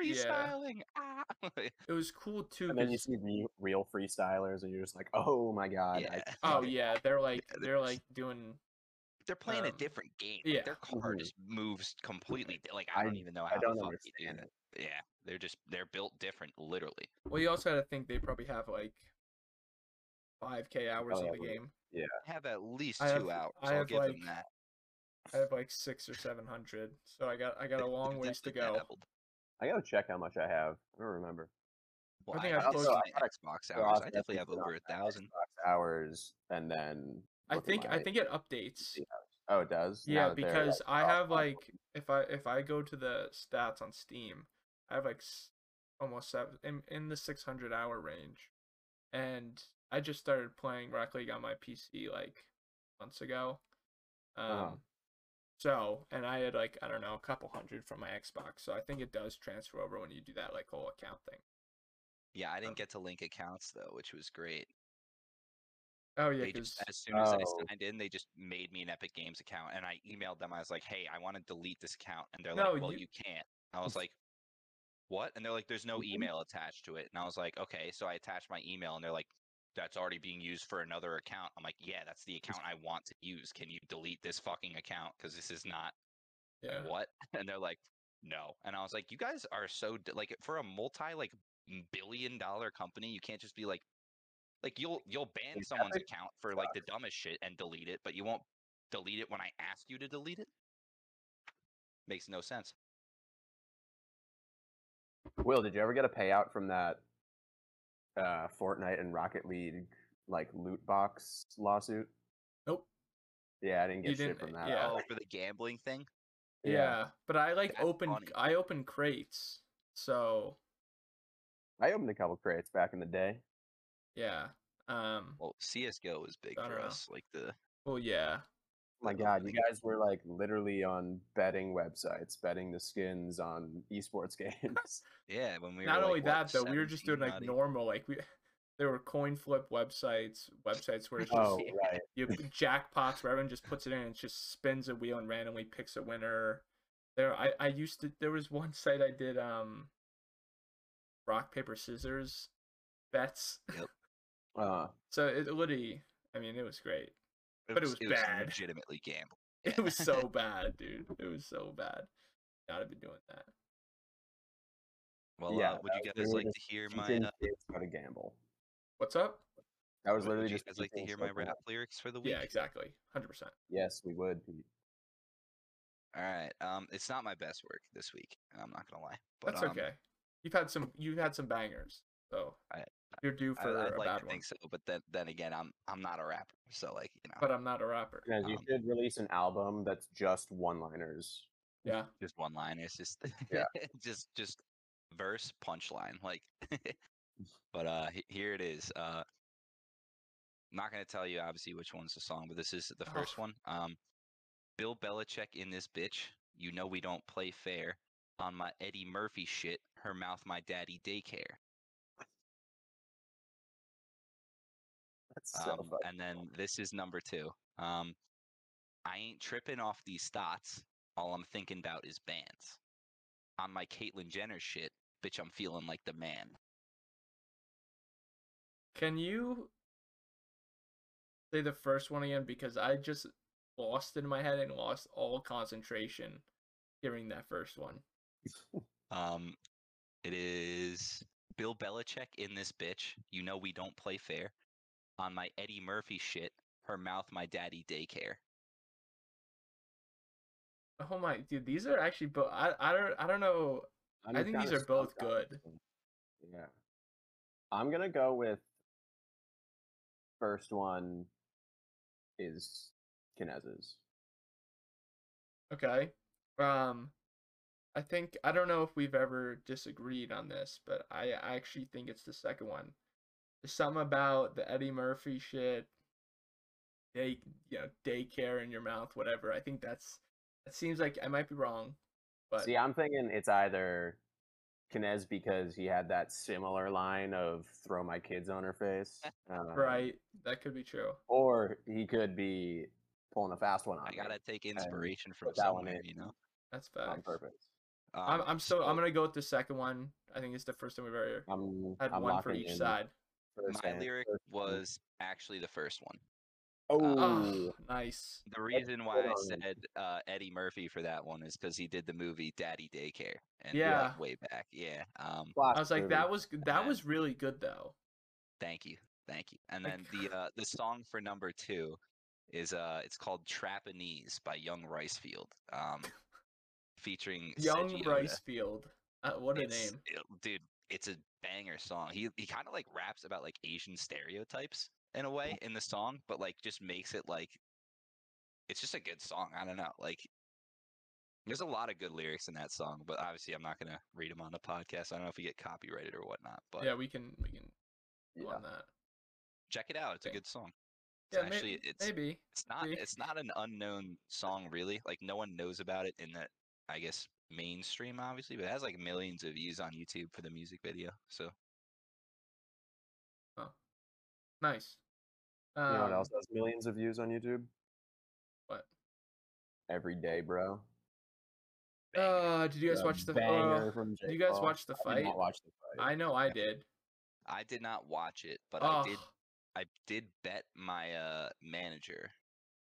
S3: freestyling! Ah,
S2: It was cool too.
S1: And then you
S2: 'cause-
S1: see re- real freestylers, and you're just like, "Oh my god!"
S3: yeah.
S1: I,
S2: oh
S1: love it."
S2: yeah, they're like
S3: they're
S2: they're
S3: just-
S2: like doing
S3: they're playing a
S2: Um,
S3: different game.
S2: yeah. Mm-hmm.
S3: Like, their car
S1: Mhm.
S3: just moves completely. di- Like I
S1: I-
S3: don't even know
S1: I
S3: how
S1: don't
S3: the fuck they
S1: understand
S3: did it. Yeah, they're just they're built different, literally.
S2: well you also gotta think they probably have like five K hours
S1: Oh,
S2: in
S1: yeah,
S2: the
S1: we-
S2: game.
S3: I have at least
S2: I
S3: two
S2: have-
S3: hours.
S2: I
S3: I'll
S2: have,
S3: give
S2: like,
S3: them that.
S2: I have like six or seven hundred. So I got I got a
S3: They've-
S2: long
S3: they've
S2: ways to
S3: definitely
S2: go.
S3: leveled.
S1: I gotta check how much I have. I don't remember.
S3: Well,
S2: think
S3: I,
S2: I've
S3: I also
S1: closed-
S3: my Xbox
S1: So
S3: hours.
S1: I'll
S3: I definitely have
S1: put it on
S3: over a
S1: my
S3: thousand.
S1: Xbox hours, and then
S2: I
S1: look at
S2: think I
S1: my
S2: think it updates.
S1: PC hours. Oh, it does.
S2: Yeah,
S1: Now that they're,
S2: because
S1: like, oh,
S2: I
S1: off
S2: have
S1: my
S2: like
S1: phone.
S2: if I if I go to the stats on Steam, I have like s- almost seven in, in the 600 hour range, and I just started playing Rocket League on my PC like months ago. Um,
S1: Uh-huh.
S2: So, and I had like I don't know a couple hundred from my Xbox, so I think it does transfer over when you do that like whole account thing.
S3: Yeah, I didn't get to link accounts though, which was great.
S2: Oh yeah,
S3: They
S2: because
S3: just as soon as I
S1: Oh.
S3: signed in, they just made me an Epic Games account, and I emailed them. I was like, "Hey, I want to delete this account," and they're
S2: No,
S3: like, "Well,
S2: you-
S3: you can't." I was like, "What?" And they're like, "There's no
S2: Mm-hmm.
S3: email attached to it." And I was like, "Okay." So I attached my email, and they're like, "That's already being used for another account." I'm like, "Yeah, that's the account I want to use. Can you delete this fucking account? Because this is not
S2: yeah,
S3: what?" And they're like, "No." And I was like, "You guys are so d- like for a multi like m- billion dollar company, you can't just be like." Like you'll you'll ban
S1: Like,
S3: someone's
S1: Epic
S3: account for like the dumbest shit and delete it, but you won't delete it when I ask you to delete it. Makes no sense.
S1: Will, did you ever get a payout from that uh, Fortnite and Rocket League like loot box lawsuit?
S2: nope,
S1: Yeah, I didn't
S2: You
S1: get shit
S2: didn't-
S1: from that.
S2: yeah.
S1: either.
S3: Oh, for the gambling thing.
S2: yeah. But I like
S3: That's
S2: open
S3: funny.
S2: I open crates, so
S1: I opened a couple crates back in the day.
S2: yeah. Um,
S3: Well, CS:GO was big
S2: I
S3: for
S2: dunno.
S3: us. Like the
S2: well, yeah,
S1: my
S3: Like,
S1: god, you
S3: like-
S1: guys were like literally on betting websites, betting the skins on esports games.
S3: yeah, when we were,
S2: not
S3: like,
S2: only
S3: what,
S2: that though we were just
S3: 17,
S2: doing like
S3: not even-
S2: normal like we there were coin flip websites websites where it's just
S1: oh, right.
S2: you jackpots where everyone just puts it in and it just spins a wheel and randomly picks a winner there i i used to there was one site i did um rock paper scissors bets
S1: Uh,
S2: so it literally i mean it was great
S3: It
S2: but it
S3: was,
S2: was bad.
S3: legitimately gambling.
S2: it was so bad dude it was so bad not have been doing that
S3: Well,
S1: Yeah,
S3: uh, would
S1: that
S3: you
S1: was
S3: guys
S1: really
S3: like to
S1: just
S3: hear
S1: teaching
S3: my? Uh,
S1: kids how to gamble.
S2: what's up
S1: That was
S3: would
S1: literally
S3: would you
S1: just
S3: guys like to
S1: teaching
S3: hear
S1: us
S3: my
S1: how to gamble.
S3: rap lyrics for the week?
S2: yeah exactly 100%
S1: Yes, we would.
S3: Um
S1: Pete.
S3: All right. Um, it's not my best work this week. I'm not gonna lie. But,
S2: that's
S3: um,
S2: okay you've had some you've had some bangers so
S3: I-
S2: you're due
S3: I,
S2: for a
S3: I'd like
S2: bad
S3: to
S2: one
S3: think so, but then then again, I'm I'm not a rapper, so like you know,
S2: but i'm not a rapper
S1: Guys, you
S3: Um,
S1: should release an album that's just one-liners.
S2: yeah
S3: just one line. It's just
S1: Yeah.
S3: just just verse punchline. Like, but uh, he- here it is. Uh, not gonna tell you obviously which one's the song, but this is the
S2: Oh.
S3: first one. Um, Bill Belichick in this bitch. You know we don't play fair. On my Eddie Murphy shit. Her mouth, my daddy daycare.
S1: That's so
S3: Um,
S1: fucking
S3: and then this is number two. Um, I ain't tripping off these thoughts. All I'm thinking about is bands. On my Caitlyn Jenner shit, bitch, I'm feeling like the man.
S2: Can you say the first one again? Because I just lost in my head and lost all concentration hearing that first one.
S3: Um, it is Bill Belichick in this bitch. You know we don't play fair. On my Eddie Murphy shit, her mouth, my daddy daycare.
S2: Oh my dude, these are actually both. I, I don't I don't know.
S1: I'm
S2: I think
S1: kinda
S2: these are both
S1: stumped on
S2: good.
S1: this one. Yeah. I'm gonna go with first one is Kinez's.
S2: Okay. Um, I think I don't know if we've ever disagreed on this, but I I actually think it's the second one. There's something about the Eddie Murphy shit. Day, you know, daycare in your mouth, whatever. I think that's. It seems like I might be wrong, but
S1: See, I'm thinking it's either Kinez because he had that similar line of throw my kids on her face. uh,
S2: Right. That could be true.
S1: Or he could be pulling a fast one on
S3: I
S1: me
S3: gotta take inspiration from
S1: put that one
S3: somewhere,
S1: in.
S3: you know.
S2: That's
S1: on
S2: facts.
S1: purpose.
S2: I'm
S3: Um,
S2: I'm so
S3: so
S2: I'm gonna go with the second one. I think it's the first time we've ever
S1: I'm,
S2: had
S1: I'm
S2: one for
S1: locking
S2: each
S1: in
S2: side.
S1: first
S3: my
S1: and-
S3: lyric
S1: first and-
S3: was actually the first one.
S1: Oh,
S2: Oh, nice.
S3: The reason why I
S1: on.
S3: said uh, Eddie Murphy for that one is because he did the movie Daddy Daycare, and
S2: Yeah.
S3: like, way back, yeah. Um,
S2: I was like, that was that
S3: And-
S2: was really good though.
S3: thank you, thank you. And
S2: Like-
S3: then the uh, the song for number two is uh, it's called Trapanese by Young Ricefield, um, featuring
S2: Young
S3: Seiji Oda.
S2: Ricefield. Uh, what a
S3: oh, It's-
S2: name.
S3: it- dude, it's a banger song. He he kind of like raps about like Asian stereotypes in a way in the song, but like just makes it like it's just a good song. I don't know. Like there's a lot of good lyrics in that song, but obviously I'm not gonna read them on the podcast. I don't know if we get copyrighted or whatnot, but
S2: Yeah, we can we can do
S1: Yeah.
S2: on that.
S3: check it out. It's a
S2: Okay.
S3: good song. It's
S2: may-
S3: actually it's
S2: maybe.
S3: it's not
S2: Maybe.
S3: it's not an unknown song really. Like no one knows about it in that I guess mainstream obviously, but it has like millions of views on YouTube for the music video. So
S2: Nice. Um,
S1: you know what else has millions of views on YouTube?
S2: What?
S1: Every day, bro.
S3: banger.
S2: Uh, did you guys
S1: The
S2: watch the?
S1: banger
S2: Uh,
S1: from Jake
S2: you guys
S1: Paul.
S2: watch the
S1: I did
S2: fight?
S1: not watch the fight.
S2: I know I did.
S3: I did not watch it, but I
S2: Oh,
S3: did I did bet my uh manager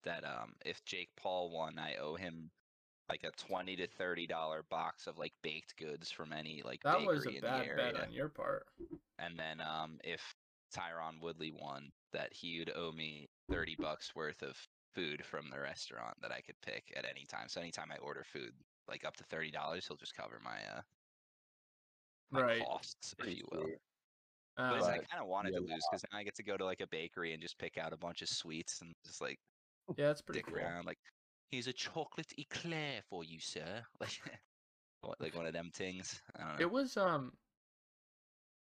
S3: that um if Jake Paul won, I owe him like a twenty to thirty dollar box of like baked goods from any like
S2: that
S3: bakery
S2: was a
S3: in
S2: bad
S3: the area.
S2: bet on your part.
S3: and then um, if Tyron Woodley won, that he would owe me thirty bucks worth of food from the restaurant that I could pick at any time. So anytime I order food, like up to thirty dollars, he'll just cover my uh my
S2: Right.
S3: costs, if
S1: Pretty
S3: you will.
S1: sweet.
S3: But it's-
S2: Um,
S3: I
S1: But,
S3: kind of wanted
S1: yeah,
S3: to lose because now I get to go to like a bakery and just pick out a bunch of sweets and just like
S2: yeah, it's pretty
S3: dick
S2: cool.
S3: around. Like, here's a chocolate eclair for you, sir. Like, what- like one of them things. I don't know.
S2: It was um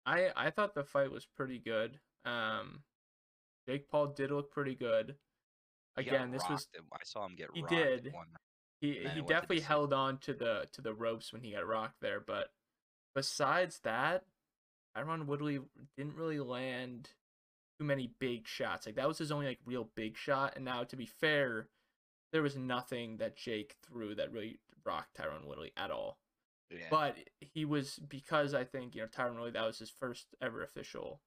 S2: I I thought the fight was pretty good. Um Jake Paul did look pretty good.
S3: He got
S2: Again, this was
S3: rocked at- I saw him get
S2: he
S3: rocked at
S2: did.
S3: one
S2: he
S3: Man,
S2: he
S3: what did he
S2: definitely
S3: say?
S2: held on to the to the ropes when he got rocked there, but besides that, Tyron Woodley didn't really land too many big shots. Like that was his only like real big shot. And now to be fair, there was nothing that Jake threw that really rocked Tyron Woodley at all.
S3: Yeah.
S2: But he was because I think you know Tyron Woodley that was his first ever official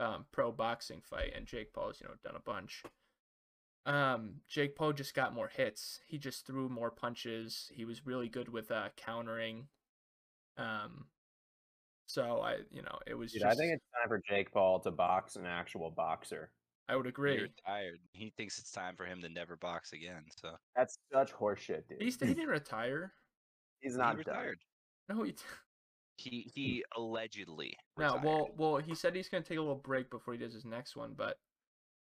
S2: um, pro boxing fight, and Jake Paul's you know done a bunch. Um, Jake Paul just got more hits. He just threw more punches. He was really good with uh, countering. Um, so I you know it was
S1: dude,
S2: just
S1: I think it's time for Jake Paul to box an actual boxer.
S2: I would
S3: He
S2: agree.
S3: retired. He thinks it's time for him to never box again. So
S1: That's such horseshit, dude.
S2: He st- he didn't retire.
S1: He's
S3: he
S1: not
S3: retired.
S1: retired.
S2: No, he.
S3: He he allegedly.
S2: Hmm. No,
S3: retired.
S2: well, well, he said he's gonna take a little break before he does his next one. But,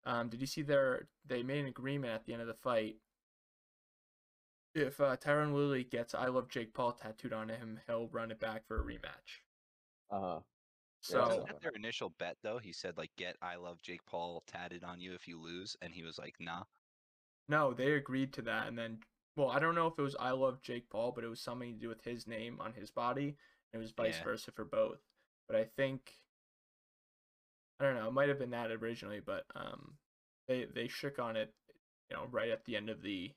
S2: um, did you see their they made an agreement at the end of the fight? If uh, Tyron Woodley gets "I love Jake Paul" tattooed on him, he'll run it back for a rematch.
S1: Uh huh. Yeah,
S2: So
S3: Wasn't that their initial bet though? He said like, "Get I love Jake Paul tatted on you if you lose," and he was like, "Nah."
S2: no, they agreed to that, and then well, I don't know if it was "I love Jake Paul," but it was something to do with his name on his body, and it was vice
S3: Yeah.
S2: versa for both. But I think I don't know. It might have been that originally, but um, they they shook on it, you know, right at the end of the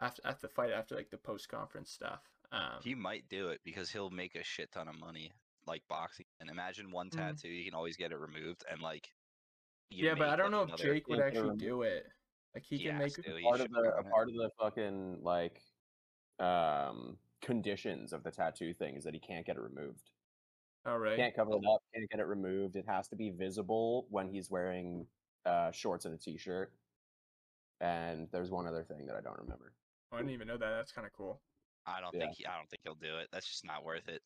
S2: after at the fight after like the post conference stuff. Um,
S3: He might do it because he'll make a shit ton of money, like boxing. And imagine one
S2: Mm.
S3: tattoo, you can always get it removed, and like. you
S2: yeah, but
S3: make,
S2: I don't
S3: like,
S2: know if
S3: another-
S2: Jake would
S1: Yeah, they're
S2: actually
S1: remo-
S2: do it. Like he,
S3: He
S2: can
S3: has
S2: make.
S3: to, he
S1: part of
S3: should
S1: the
S3: work
S1: a
S3: on it.
S1: part of the fucking like um conditions of the tattoo thing is that he can't get it removed.
S2: All Oh, right.
S1: Can't cover it up, can't get it removed. It has to be visible when he's wearing uh shorts and a t shirt. And there's one other thing that I don't remember.
S2: Oh, I didn't even know that. That's kind of cool.
S3: I don't
S1: Yeah.
S3: think he, I don't think he'll do it. That's just not worth it.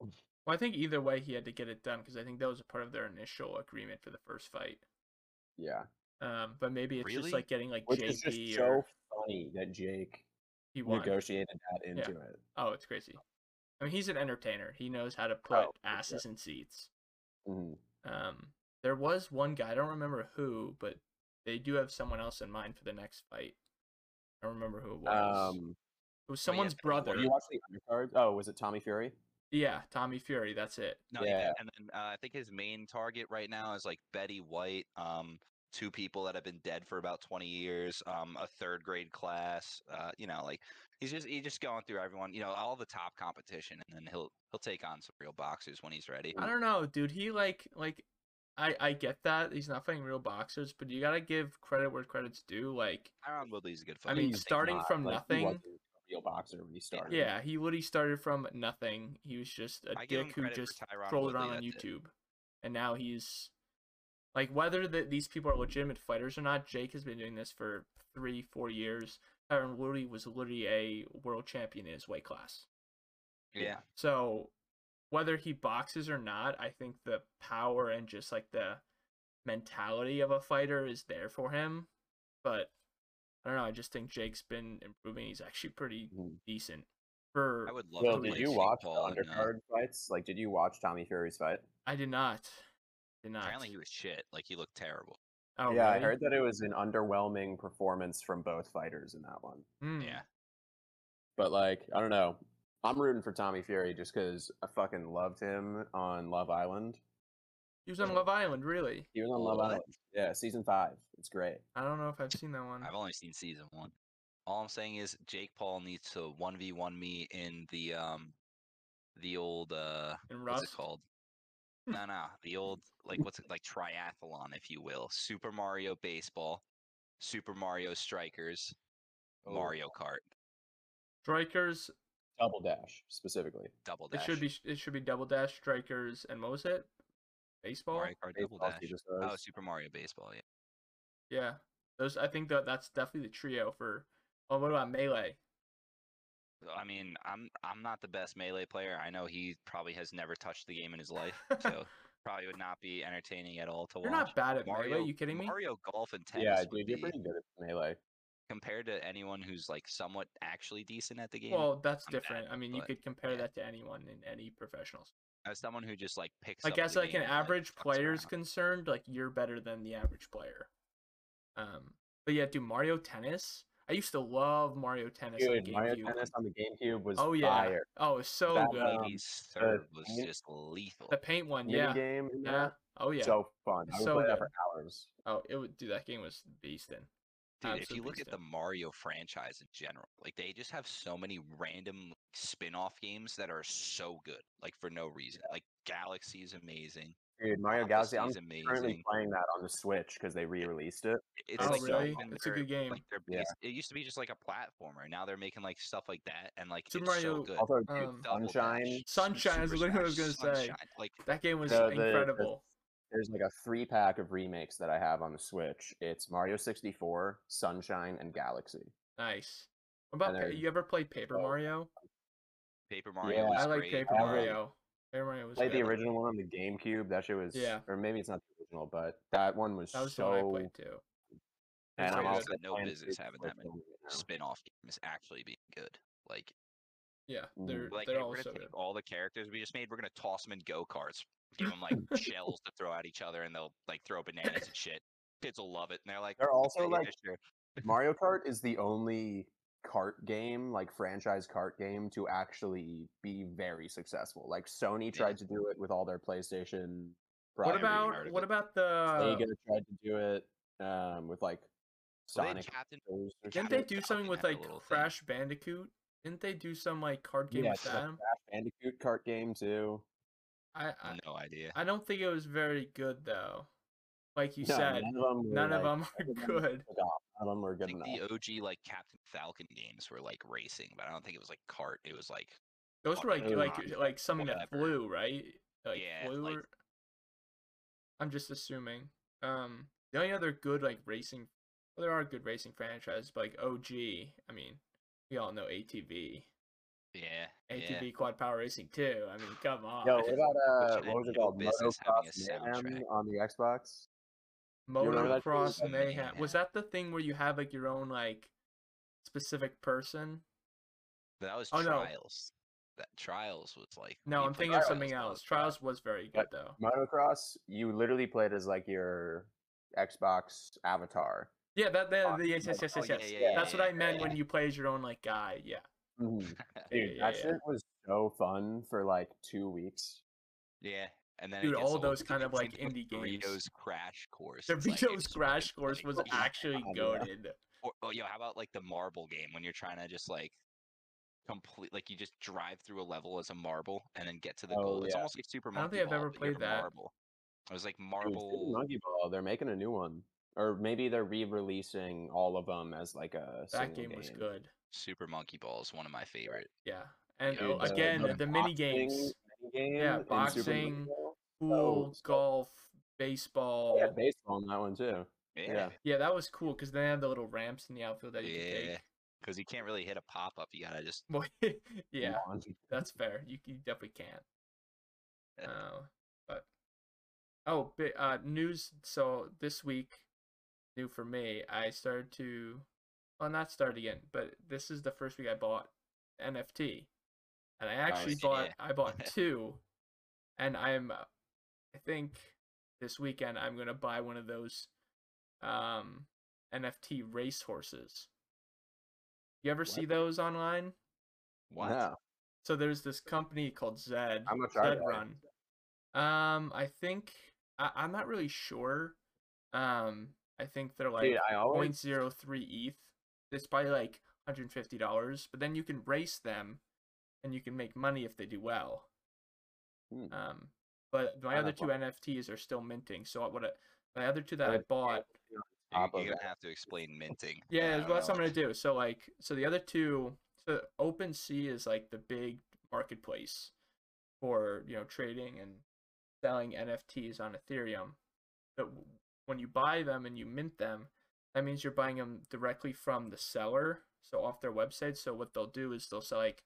S2: Well, I think either way he had to get it done because I think that was a part of their initial agreement for the first fight.
S1: Yeah.
S2: Um, but maybe it's
S3: Really?
S2: just like getting like
S1: Which
S2: JP
S1: is just so
S2: or
S1: funny that Jake
S2: he won.
S1: negotiated that
S2: Yeah.
S1: into it.
S2: Oh, it's crazy. I mean, he's an entertainer. He knows how to put
S1: Oh, for sure.
S2: asses in seats.
S1: Mhm.
S2: Um, there was one guy I don't remember who, but they do have someone else in mind for the next fight. I don't remember who it was.
S1: Um
S2: it was
S3: oh, yeah,
S2: someone's
S3: Tommy Boy-
S2: brother.
S1: you watch the undercard? Oh, was it Tommy Fury?
S2: Yeah, Tommy Fury. That's it.
S3: No, yeah.
S1: Yeah.
S3: and then uh, I think his main target right now is like Betty White, um, two people that have been dead for about twenty years, um, a third grade class. Uh, you know, like he's just he's just going through everyone, you know, all the top competition, and then he'll he'll take on some real boxers when he's ready.
S2: I don't know, dude. He like like I I get that he's not fighting real boxers, but you gotta give credit where credit's due. Like
S3: Tyron Woodley's a good
S2: I
S3: fighter.
S2: mean,
S1: He's
S2: starting
S1: not,
S2: from
S1: like, he
S2: nothing-
S1: wasn't a real boxer when he started.
S2: yeah, he literally started from nothing. He was just a
S3: I give him
S2: dick who
S3: credit for
S2: just
S3: Tyron
S2: trolled
S3: Woodley,
S2: around on
S3: that's it.
S2: YouTube, and now he's like whether that these people are legitimate fighters or not. Jake has been doing this for three, four years. Tyron Woodley was literally a world champion in his weight class.
S3: yeah,
S2: So whether he boxes or not, I think the power and just like the mentality of a fighter is there for him. But I don't know. I just think Jake's been improving. He's actually pretty
S1: Mhm.
S2: decent for
S3: Mm. I would love.
S1: Well,
S3: to
S2: did
S1: did
S3: play
S1: you
S3: Jake
S1: watch the
S3: Paul and, uh,
S1: undercard fights? Like, did you watch Tommy Fury's fight?
S2: I did not. Did not.
S3: Apparently, he was shit. Like he looked terrible.
S2: Oh,
S1: yeah, I
S2: really?
S1: heard that it was an underwhelming performance from both fighters in that one.
S2: Hmm.
S3: Yeah.
S1: But like, I don't know. I'm rooting for Tommy Fury just because I fucking loved him on Love Island.
S2: He was on Love Island, really?
S1: He was on Love
S3: What?
S1: Island. Yeah, season five. It's great.
S2: I don't know if I've seen that one.
S3: I've only seen season one. All I'm saying is Jake Paul needs to one v one me in the um, the old uh,
S2: And
S3: what's
S2: Rust?
S3: it called? no, no, the old like what's it like triathlon, if you will. Super Mario Baseball, Super Mario Strikers,
S1: Oh.
S3: Mario Kart,
S2: Strikers.
S1: Double Dash specifically.
S3: Double
S2: It
S3: Dash.
S2: should be. It should be Double Dash Strikers and what was it? Baseball.
S3: Mario Kart Double
S1: Baseball's
S3: Dash.
S1: just
S3: Oh,
S1: those.
S3: Super Mario Baseball. Yeah.
S2: Yeah. Those. I think that that's definitely the trio for. Oh, what about melee?
S3: I mean, I'm I'm not the best melee player. I know he probably has never touched the game in his life, so probably would not be entertaining at all to
S2: You're
S3: watch.
S2: not bad at
S3: Mario,
S2: melee. You kidding me?
S3: Mario Golf and tennis.
S1: yeah,
S3: would
S1: dude, you're
S3: be-
S1: pretty good at melee.
S3: compared to anyone who's like somewhat actually decent at the game.
S2: Well, that's
S3: I'm bad,
S2: different. I mean, you
S3: but,
S2: could compare
S3: yeah.
S2: that to anyone in any professional. s-
S3: as someone who just like picks.
S2: Like
S3: up
S2: as
S3: the
S2: like an
S3: game and,
S2: average
S3: fucks
S2: player's
S3: around.
S2: concerned, like you're better than the average player. Um, but yeah, do Mario Tennis? I used to love Mario Tennis on
S1: Dude,
S2: GameCube.
S1: Mario Tennis on the GameCube was
S2: oh yeah.
S1: fire.
S2: Oh, it's so
S1: That,
S2: good.
S1: um,
S3: Lady's serve was
S1: mini-
S3: just lethal.
S2: the paint one,
S1: Mini
S2: yeah.
S1: game. in
S2: Yeah.
S1: that,
S2: Oh yeah.
S1: So fun. I would
S2: So
S1: play that
S2: good.
S1: for hours.
S2: oh, it would do that game was beastin'.
S3: Dude, if you
S2: absolute
S3: look at
S2: beast,
S3: the Mario franchise in general, like they just have so many random like, spin-off games that are so good, like for no reason. Like Galaxy is amazing.
S1: Dude, Mario
S3: Opus
S1: Galaxy. I'm
S3: is amazing.
S1: currently playing that on the Switch because they re-released it.
S3: It's
S1: Oh,
S3: like so
S1: really?
S3: fun.
S2: It's a
S3: They're-
S2: good game.
S3: Like they're
S1: Yeah.
S3: bas- it used to be just like a platformer. Now they're making like stuff like that, and like
S2: Super
S3: it's so
S2: Mario-
S3: good.
S1: Also, dude,
S2: Um,
S3: Double
S1: Sunshine.
S3: Dash,
S2: Sunshine is
S3: Super
S2: literally what I was
S3: Smash,
S2: gonna say.
S3: Sunshine, Like
S2: That game was
S1: So the- the-
S2: incredible.
S1: There's like a three pack of remakes that I have on the Switch. It's Mario 64, Sunshine, and Galaxy.
S2: Nice. What about
S1: And
S2: pa-
S1: then-
S2: you ever play Paper
S1: Oh,
S2: Mario?
S3: Paper Mario.
S1: Yeah.
S3: was
S2: I like
S3: great.
S2: Paper
S1: I haven't-
S2: Mario. Paper Mario was
S1: Played the
S2: good.
S1: original one on the GameCube. That shit was,
S2: Yeah.
S1: or maybe it's not the original, but that one was,
S2: That was the
S1: so.
S2: one I played too.
S1: and
S2: so
S1: I'm
S2: good.
S1: also
S3: Got no
S1: playing
S3: business
S1: through
S3: having
S1: the
S3: that
S1: Switch
S3: many
S1: one right now.
S3: spin-off games actually being good. Like,
S2: Yeah,
S1: Mm.
S2: they're
S3: like
S2: they're
S3: hey,
S2: all
S3: we're
S2: so
S3: gonna
S2: good.
S3: take all the characters we just made. We're gonna toss them in go karts. Give them like shells to throw at each other, and they'll like throw bananas and shit. Kids will love it, and they're like,
S1: They're also,
S3: "Okay,
S1: like,
S3: yeah, sure."
S1: Mario Kart is the only kart game, like franchise kart game, to actually be very successful. Like Sony
S3: Yeah.
S1: tried to do it with all their PlayStation. products.
S2: What
S3: Probably
S2: about uh
S3: heard of
S2: what
S3: it.
S2: about the?
S1: Sega tried to do it um, with like
S3: Well, they had
S1: Sonic.
S3: Captain.
S1: Controls or
S2: Didn't
S1: something.
S2: they
S3: Captain
S2: do something
S3: Falcon
S2: with
S3: had a
S2: like
S3: little thing.
S2: Crash Bandicoot? Didn't they do some like card game
S1: Yeah,
S2: with
S1: it's like
S2: that?
S1: Crash Bandicoot kart game too.
S2: I, I
S3: No idea.
S2: I don't think it was very good though. Like you
S1: No,
S2: said,
S1: none of them. Were,
S2: none of
S1: like-
S2: them are
S1: none of them
S2: good.
S1: took off. None of them were
S3: I
S1: good
S3: think
S1: enough.
S3: the OG like Captain Falcon games were like racing, but I don't think it was like kart. It was like
S2: Those were like
S3: fucking
S2: like
S3: rocket,
S2: like something that
S3: whatever.
S2: flew, right? Like
S3: Yeah,
S2: flew.
S3: like-
S2: or... I'm just assuming. Um, the only other good like racing, well, there are good racing franchises, but like OG. I mean, we all know ATV,
S3: yeah,
S2: ATV
S3: yeah.
S2: Quad Power Racing too. I mean, come on.
S1: Yo, what about uh,
S3: had
S1: what was it
S3: no
S1: called?
S3: business having
S1: Motocross
S3: a soundtrack.
S1: Mayhem on the Xbox. You remember that shit?
S2: Motocross
S3: Yeah.
S2: Mayhem. Was that the thing where you have like your own like specific person?
S3: But that was
S2: Oh, no.
S3: trials. That trials was like
S2: No,
S3: we
S2: I'm
S3: played
S2: thinking of
S3: Trials
S2: something
S3: all the
S2: else.
S3: time.
S2: Trials was very good though.
S1: Motocross, you literally played as like your Xbox avatar.
S2: Yeah, that, that
S1: Oh,
S2: the, yes, yes, yes,
S3: oh,
S2: yes,
S3: yeah,
S2: yes.
S3: yeah, yeah,
S2: That's what
S3: yeah,
S2: I meant
S3: yeah.
S2: when you play as your own like guy. Yeah, Yeah,
S1: Mm-hmm. Dude,
S2: yeah,
S1: that
S2: yeah.
S1: shit was so fun for like two weeks.
S3: Yeah, and then it
S2: Dude,
S3: gets
S2: all
S3: old.
S2: those
S3: It's
S2: kind of,
S3: it's
S2: like, indie games.
S3: Doritos Crash Course.
S2: the
S3: It's like,
S2: Vito's
S3: it's
S2: Crash
S3: fucking,
S2: Course
S3: like,
S2: was
S3: yeah.
S2: actually
S1: yeah.
S2: goaded.
S3: Or, oh, yo, how about like the marble game when you're trying to just like complete, like you just drive through a level as a marble and then get to the
S1: Oh,
S3: goal. It's
S1: yeah.
S3: almost like Super
S2: don't
S3: Monkey
S2: think I've
S3: Ball,
S2: ever
S3: but you're
S2: played that.
S3: Marble. It was like
S1: Dude, Super
S3: marble.
S1: Monkey Ball, they're making a new one, or maybe they're re-releasing all of them as like a.
S2: That
S1: single
S2: game was good.
S3: Super Monkey Ball is one of my favorite.
S2: Yeah, and
S3: Dude,
S2: oh,
S3: the-
S2: again
S3: the
S2: the, mini games,
S1: Game
S2: Yeah,
S1: in Super Monkey
S2: boxing,
S1: Ball.
S2: pool,
S1: so-
S2: golf, baseball.
S1: Yeah, baseball in that one too.
S3: Yeah,
S2: Yeah, that was cool because they had the little ramps in the outfield that you could
S3: yeah,
S2: take.
S3: because you can't really hit a pop up. You gotta just
S2: Well, yeah,
S1: Come on.
S2: that's fair. You, you definitely can.
S3: Yeah.
S2: Uh, but oh, bi- uh, news. So this week, new for me. I started to, well, not start again, but this is the first week I bought NFT, and I actually
S3: yeah.
S2: bought. I bought two, and I'm, uh, I think, this weekend I'm gonna buy one of those um, NFT racehorses. You ever
S1: What?
S2: see those online?
S3: What?
S1: No.
S2: So there's this company called Zed.
S1: How much are
S2: Zed
S1: they?
S2: Run. Um, I think I, I'm not really sure. Um, I think they're like
S1: Dude, I always
S2: 0.03 ETH. E It's probably like $150, but then you can race them and you can make money if they do well.
S1: Hmm.
S2: Um, but my
S1: I
S2: other
S1: don't
S2: two NFTs are still minting. So what I, my other two that I
S1: Good.
S2: bought,
S3: You-
S1: Top of
S3: You're gonna
S1: that.
S3: have to explain minting.
S2: yeah,
S3: I
S2: that's
S3: don't
S2: what I'm
S3: know.
S2: gonna do. So like, so the other two, so OpenSea is like the big marketplace for you know trading and selling NFTs on Ethereum. But w- when you buy them and you mint them, that means you're buying them directly from the seller, so off their website. So what they'll do is they'll sell like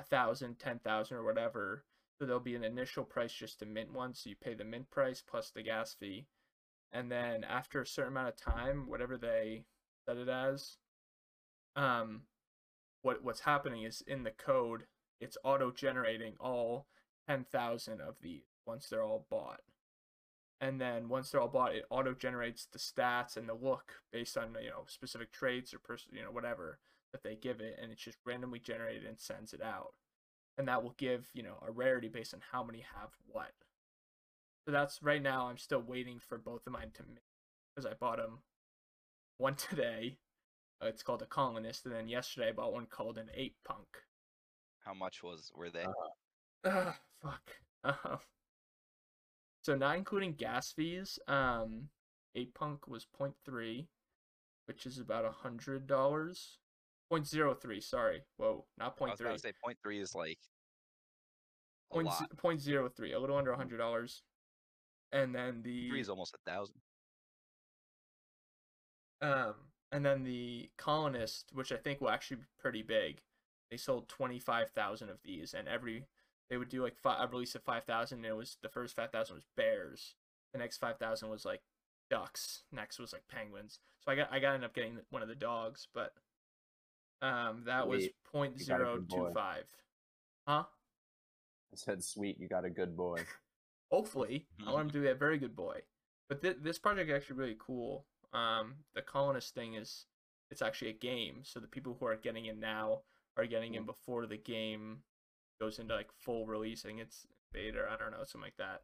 S2: a thousand, ten thousand, or whatever. So there'll be an initial price just to mint one. So you pay the mint price plus the gas fee, and then after a certain amount of time, whatever they set it as, um, what what's happening is in the code, it's auto generating all ten thousand of these once they're all bought, and then once they're all bought, it auto generates the stats and the look based on you know specific traits or person you know whatever that they give it, and it's just randomly generated and sends it out, and that will give you know a rarity based on how many have what. So that's right now. I'm still waiting for both of mine to because I bought them one today. uh, It's called a colonist, and then yesterday I bought one called an ape punk.
S3: How much was were they?
S1: Uh,
S2: Ugh, fuck. Uh, so not including gas fees, um, ape punk was 0.3, which is about a hundred dollars. 0.03, sorry. Whoa, not
S3: I was about
S2: 0.3.
S3: to say point three is like a
S2: Point
S3: lot.
S2: z- point zero three, a little under a hundred dollars. And then the
S3: Three is almost a thousand.
S2: Um, and then the colonist, which I think will actually be pretty big, they sold twenty five thousand of these, and every they would do like fi a release of five thousand, and it was the first five thousand was bears, the next five thousand was like ducks, next was like penguins. So I got I got ended up getting one of the dogs, but um, that was
S1: Sweet.
S2: point
S1: You got a
S2: zero
S1: good boy.
S2: two five, huh?
S1: I said, "Sweet, you got a good boy."
S2: hopefully i want him to be a very good boy but th- this project is actually really cool um the colonist thing is it's actually a game so the people who are getting in now are getting in before the game goes into like full releasing it's beta i don't know something like that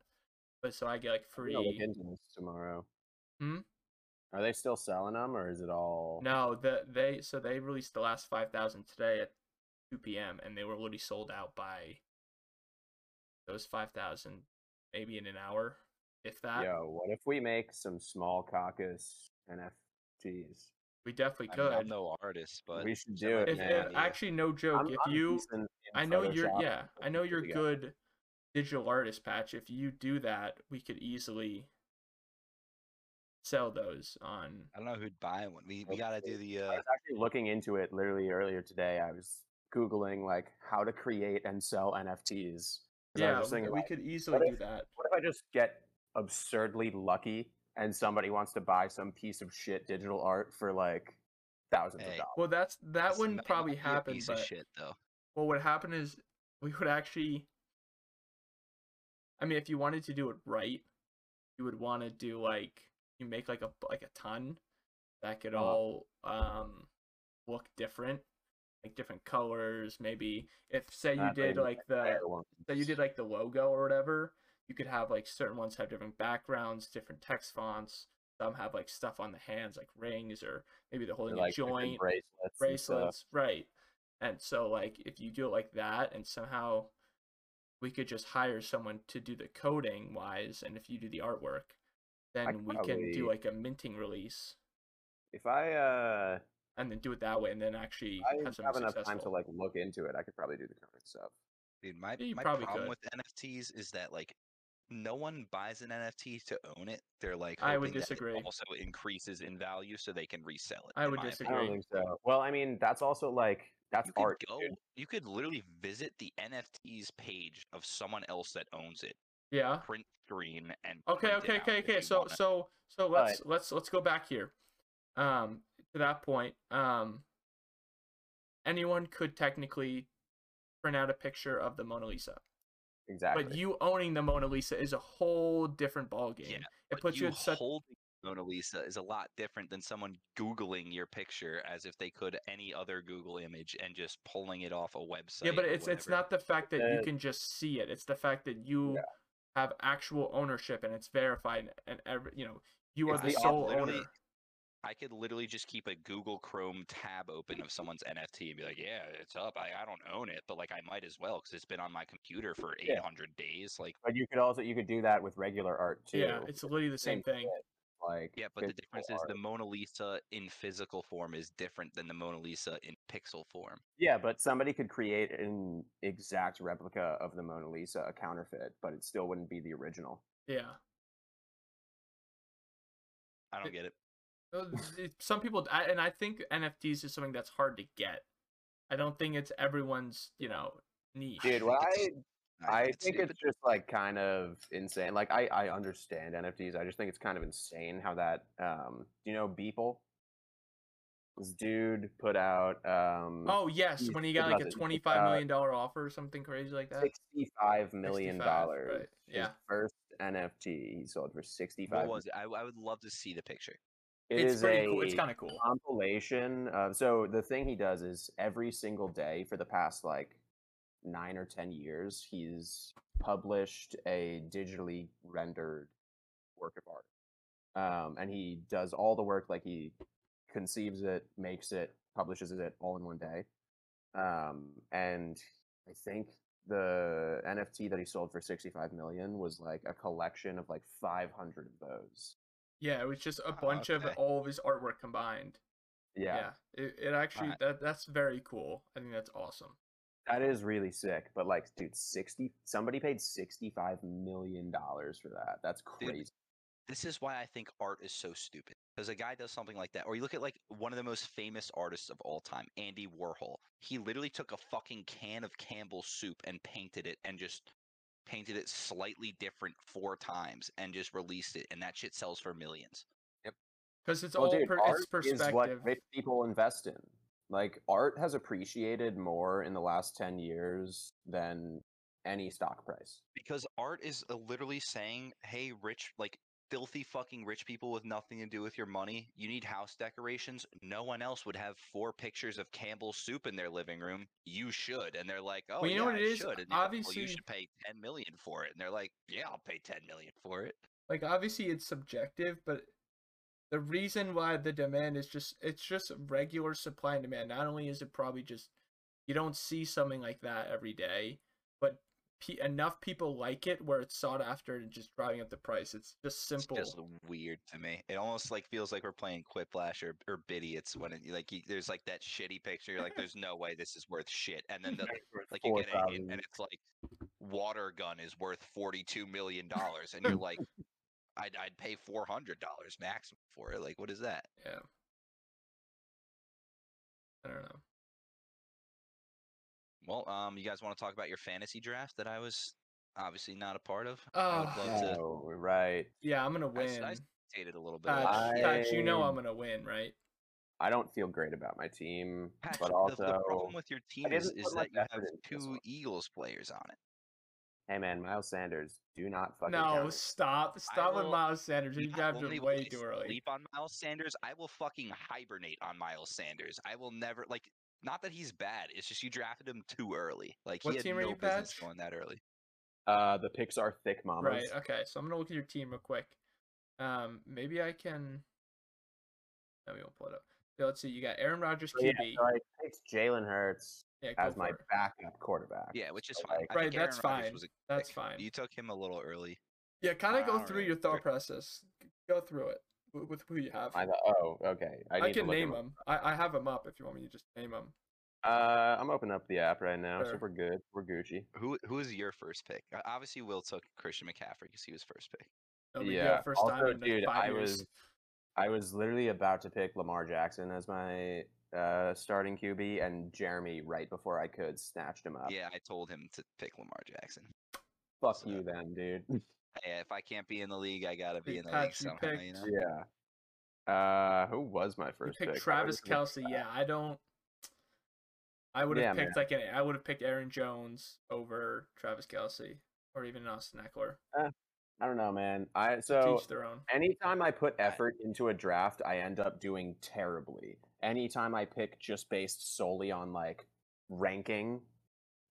S2: but so i get like
S1: I'm
S2: free
S1: gonna look into this tomorrow.
S2: Hmm?
S1: Are they still selling them, or is it all?
S2: no the they so they released the last 5000 today at 2 p.m and they were already sold out by those 5000 maybe in an hour if that
S1: Yo, what if we make some small caucus NFTs?
S2: we definitely
S3: I
S2: could
S3: mean, I'm no artist, but
S1: we should
S3: that
S1: do
S3: might
S1: it,
S3: be
S2: if,
S3: an
S1: man.
S2: if- actually no joke
S1: I'm-
S2: if
S1: I'm
S2: you
S1: decent in
S2: i know you're
S1: Photoshop.
S2: yeah i know you're
S1: Yeah.
S2: good digital artist patch if you do that we could easily sell those on
S3: I don't know who'd buy one. We we
S1: Okay.
S3: gotta do the.
S1: I
S3: Uh,
S1: was actually looking into it literally earlier today. I was googling like how to create and sell NFTs. 'Cause I was
S2: yeah
S1: just
S2: we,
S1: thinking,
S2: we
S1: like,
S2: could easily
S1: what
S2: do that
S1: What if I just get absurdly lucky and somebody wants to buy some piece of shit digital art for like thousands
S3: Hey.
S1: of dollars?
S2: well that's that
S3: this
S2: wouldn't
S3: might
S2: probably
S3: not be a
S2: happen
S3: Piece
S2: but
S3: of shit though.
S2: what would happen is we would actually i mean if you wanted to do it right you would want to do like you make like a bu- like a ton that could
S1: Uh-huh.
S2: all um look different like different colors maybe if say you
S1: That
S2: did
S1: thing
S2: like the
S1: Fair ones.
S2: say you did like the logo or whatever you could have like certain ones have different backgrounds different text fonts some have like stuff on the hands like rings or maybe they're
S1: Or,
S2: holding a
S1: like different
S2: joint
S1: bracelets. and stuff.
S2: bracelets, right? And so like if you do it like that, and somehow we could just hire someone to do the coding wise, and if you do the artwork, then
S1: could
S2: we can
S1: probably-
S2: do like a minting release
S1: If I uh,
S2: and then do it that way, and then actually
S1: I
S2: have
S1: have
S2: something
S1: enough
S2: successful.
S1: time to like look into it, I could probably do the current stuff.
S3: Dude, my
S2: You
S3: my
S2: probably could.
S3: problem with NFTs is that like no one buys an NFT to own it. They're like
S2: I would
S3: hoping that it
S2: disagree.
S3: also increases in value so they can resell it.
S2: I
S3: in
S2: would
S3: my
S1: I
S2: disagree.
S3: opinion.
S1: don't think so. Well, I mean, that's also like that's
S3: You could
S1: art.
S3: go.
S1: dude.
S3: You could literally visit the NFTs page of someone else that owns it,
S2: yeah.
S3: print screen, and
S2: Okay.
S3: print it
S2: Okay.
S3: out
S2: Okay.
S3: if
S2: Okay.
S3: you
S2: So
S3: wanna.
S2: so so let's let's let's go back here. Um, to that point, um, anyone could technically print out a picture of the Mona Lisa.
S1: Exactly.
S2: But you owning the Mona Lisa is a whole different ballgame.
S3: Yeah,
S2: it puts you, in such
S3: holding Mona Lisa is a lot different than someone Googling your picture as if they could any other Google image and just pulling it off a website.
S2: yeah, but
S3: or
S2: it's it's
S3: whatever.
S2: not the fact that you
S1: Uh,
S2: can just see it. It's the fact that you
S1: Yeah.
S2: have actual ownership and it's verified and every you know you are
S3: It's
S2: the
S3: the op-
S2: sole
S3: literally-
S2: owner.
S3: I could literally just keep a Google Chrome tab open of someone's NFT and be like, yeah, it's up. I, I don't own it, but like I might as well because it's been on my computer for
S1: Yeah.
S3: 800 days. Like,
S1: But you could also you could do that with regular art too.
S2: Yeah, it's literally the same thing.
S1: shit, Like
S3: yeah, but the
S1: physical
S3: difference is
S1: art.
S3: the Mona Lisa in physical form is different than the Mona Lisa in pixel form.
S1: yeah, but somebody could create an exact replica of the Mona Lisa, a counterfeit, but it still wouldn't be the original.
S2: Yeah.
S3: I don't
S2: It-
S3: get it.
S2: Uh, th- some people I- and i think nfts is something that's hard to get i don't think it's everyone's you know niche
S1: Dude, what I I
S3: it's
S1: think
S3: stupid.
S1: it's just like kind of insane. Like I, I understand NFTs. I just think it's kind of insane how that um do you know Beeple? This dude put out um
S2: oh yes
S1: He's
S2: when he
S1: good
S2: got like
S1: about
S2: a
S1: it. He's
S2: 25
S1: got
S2: million dollar offer or something crazy like that
S1: sixty-five million
S2: 65,
S1: dollars.
S2: right, yeah.
S1: His first NFT he sold for sixty-five.
S3: What was it? I, I would love to see the picture.
S1: It
S2: it's
S1: is
S2: pretty
S1: a
S2: cool it's kind of cool
S1: compilation. Uh, so the thing he does is every single day for the past like nine or ten years, he's published a digitally rendered work of art, um, and he does all the work like he conceives it, makes it, publishes it all in one day. Um, and I think the NFT that he sold for sixty-five million was like a collection of like five hundred of those.
S2: yeah it was just a
S3: Wow,
S2: bunch
S3: okay.
S2: of all of his artwork combined
S1: Oh, Yeah.
S2: yeah, It, it actually
S3: Alright.
S2: that that's very cool i think that's awesome
S1: That is really sick, but like, dude, sixty. Somebody paid sixty-five million dollars for that. That's
S3: Dude,
S1: crazy.
S3: This is why I think art is so stupid. Because a guy does something like that, or you look at like one of the most famous artists of all time, Andy Warhol. He literally took a fucking can of Campbell's soup and painted it and just painted it slightly different four times and just released it, and that shit sells for millions.
S2: because it's
S1: well,
S2: all
S1: dude,
S2: per,
S1: art
S2: it's
S1: is what
S2: perspective
S1: rich people invest in. Like, art has appreciated more in the last ten years than any stock price.
S3: Because art is uh, literally saying, hey, rich, like filthy fucking rich people with nothing to do with your money, you need house decorations. No one else would have four pictures of Campbell's soup in their living room. You should. And they're like, oh,
S2: Well, you
S3: yeah,
S2: know what
S3: I
S2: it is?
S3: should. And they go, "Well,
S2: Obviously-
S3: you should pay 10 million for it. And they're like, yeah, I'll pay 10 million for it.
S2: like obviously it's subjective but the reason why the demand is just it's just regular supply and demand not only is it probably just you don't see something like that every day but pe- enough people like it where it's sought after and just driving up the price it's just simple
S3: It's just weird to me. It almost like feels like we're playing Quiplash or or Bidiots when it, like you, there's like that shitty picture. You're like, there's no way this is worth shit. And then the, like you get a hit
S1: 4,000.
S3: and it's like water gun is worth forty two million dollars, and you're like, I'd I'd pay four hundred dollars maximum for it. Like, what is that?
S2: yeah i don't know
S3: Well, um, you guys want to talk about your fantasy draft that I was obviously not a part of? I
S2: Ah.
S3: would love to
S1: Oh, right.
S2: yeah i'm gonna
S3: I s-
S2: win
S3: I s- date it a little bit.
S2: Patch,
S1: I-
S2: Patch, you know i'm gonna win right
S1: I don't feel great about my team,
S3: Patch,
S1: but
S3: the-
S1: also,
S3: the, problem with your team is,
S1: didn't
S3: is
S1: put
S3: that
S1: much
S3: you have
S1: effort into this
S3: two
S1: one.
S3: Eagles players on it.
S1: hey man, Miles Sanders, do not fucking.
S2: no
S1: count.
S2: stop stop with
S3: will
S2: miles sanders you
S3: Not
S2: drafted
S3: only
S2: him
S3: will
S2: way
S3: I
S2: too early
S3: Sleep on Miles Sanders. I will fucking hibernate on Miles Sanders. I will never like. Not that he's bad. It's just you drafted him too early. Like
S2: What
S3: he had
S2: team are
S3: no
S2: you,
S3: business
S2: Patch?
S3: going that early.
S1: Uh, the Pixar thick mamas.
S2: Right. uh, Okay. So I'm gonna look at your team real quick. Um, maybe I can. No, we won't pull it up. So let's see. You got Aaron Rodgers
S1: So, Oh, yeah,
S2: QB.
S1: so I picked Jalen Hurts
S2: Yeah, go
S1: as
S2: for
S1: my
S2: it.
S1: backup quarterback.
S3: Yeah, which is
S1: So,
S3: fine.
S1: like,
S3: I think
S2: Right, that's
S3: Aaron Rodgers
S2: fine.
S3: was a good
S2: That's
S3: pick.
S2: fine.
S3: You took him a little early.
S2: Yeah, kind
S3: I
S2: of go
S3: don't
S2: through
S3: really
S2: your thought
S3: care.
S2: process. G- Go through it with, with who you have.
S1: I
S2: I,
S1: thought, oh, okay. I, need to
S2: can
S1: look
S2: name
S1: him up.
S2: them. I, I have them up if you want me to just name them.
S1: Uh, I'm opening up the app right now, so
S2: Sure.
S1: we're good. We're Gucci.
S3: Who who is your first pick? Uh, Obviously, Will took Christian McCaffrey because he was first pick.
S1: Yeah,
S2: uh, First time
S1: also,
S2: in like
S1: dude,
S2: five
S1: I
S2: years.
S1: was- I was literally about to pick Lamar Jackson as my uh, starting QB, and Jeremy, right before I could, snatched him up.
S3: Yeah, I told him to pick Lamar Jackson.
S1: Fuck
S3: so-
S1: you, then, dude.
S3: Yeah, if I can't be in the league, I gotta be
S2: Hey,
S3: in the league
S2: Patch, you
S3: somehow. You
S2: picked-
S3: know?
S1: yeah. Uh, who was my
S2: You
S1: first
S2: picked
S1: pick? I
S2: Travis
S1: would've picked-
S2: Kelsey. Yeah, I don't. I would have
S1: Yeah,
S2: picked like an. I would have picked Aaron Jones over Travis Kelsey or even Austin Eckler.
S1: I don't know, man. I
S2: To
S1: so
S2: Teach their own.
S1: anytime I put effort into a draft, I end up doing terribly. Anytime I pick just based solely on like ranking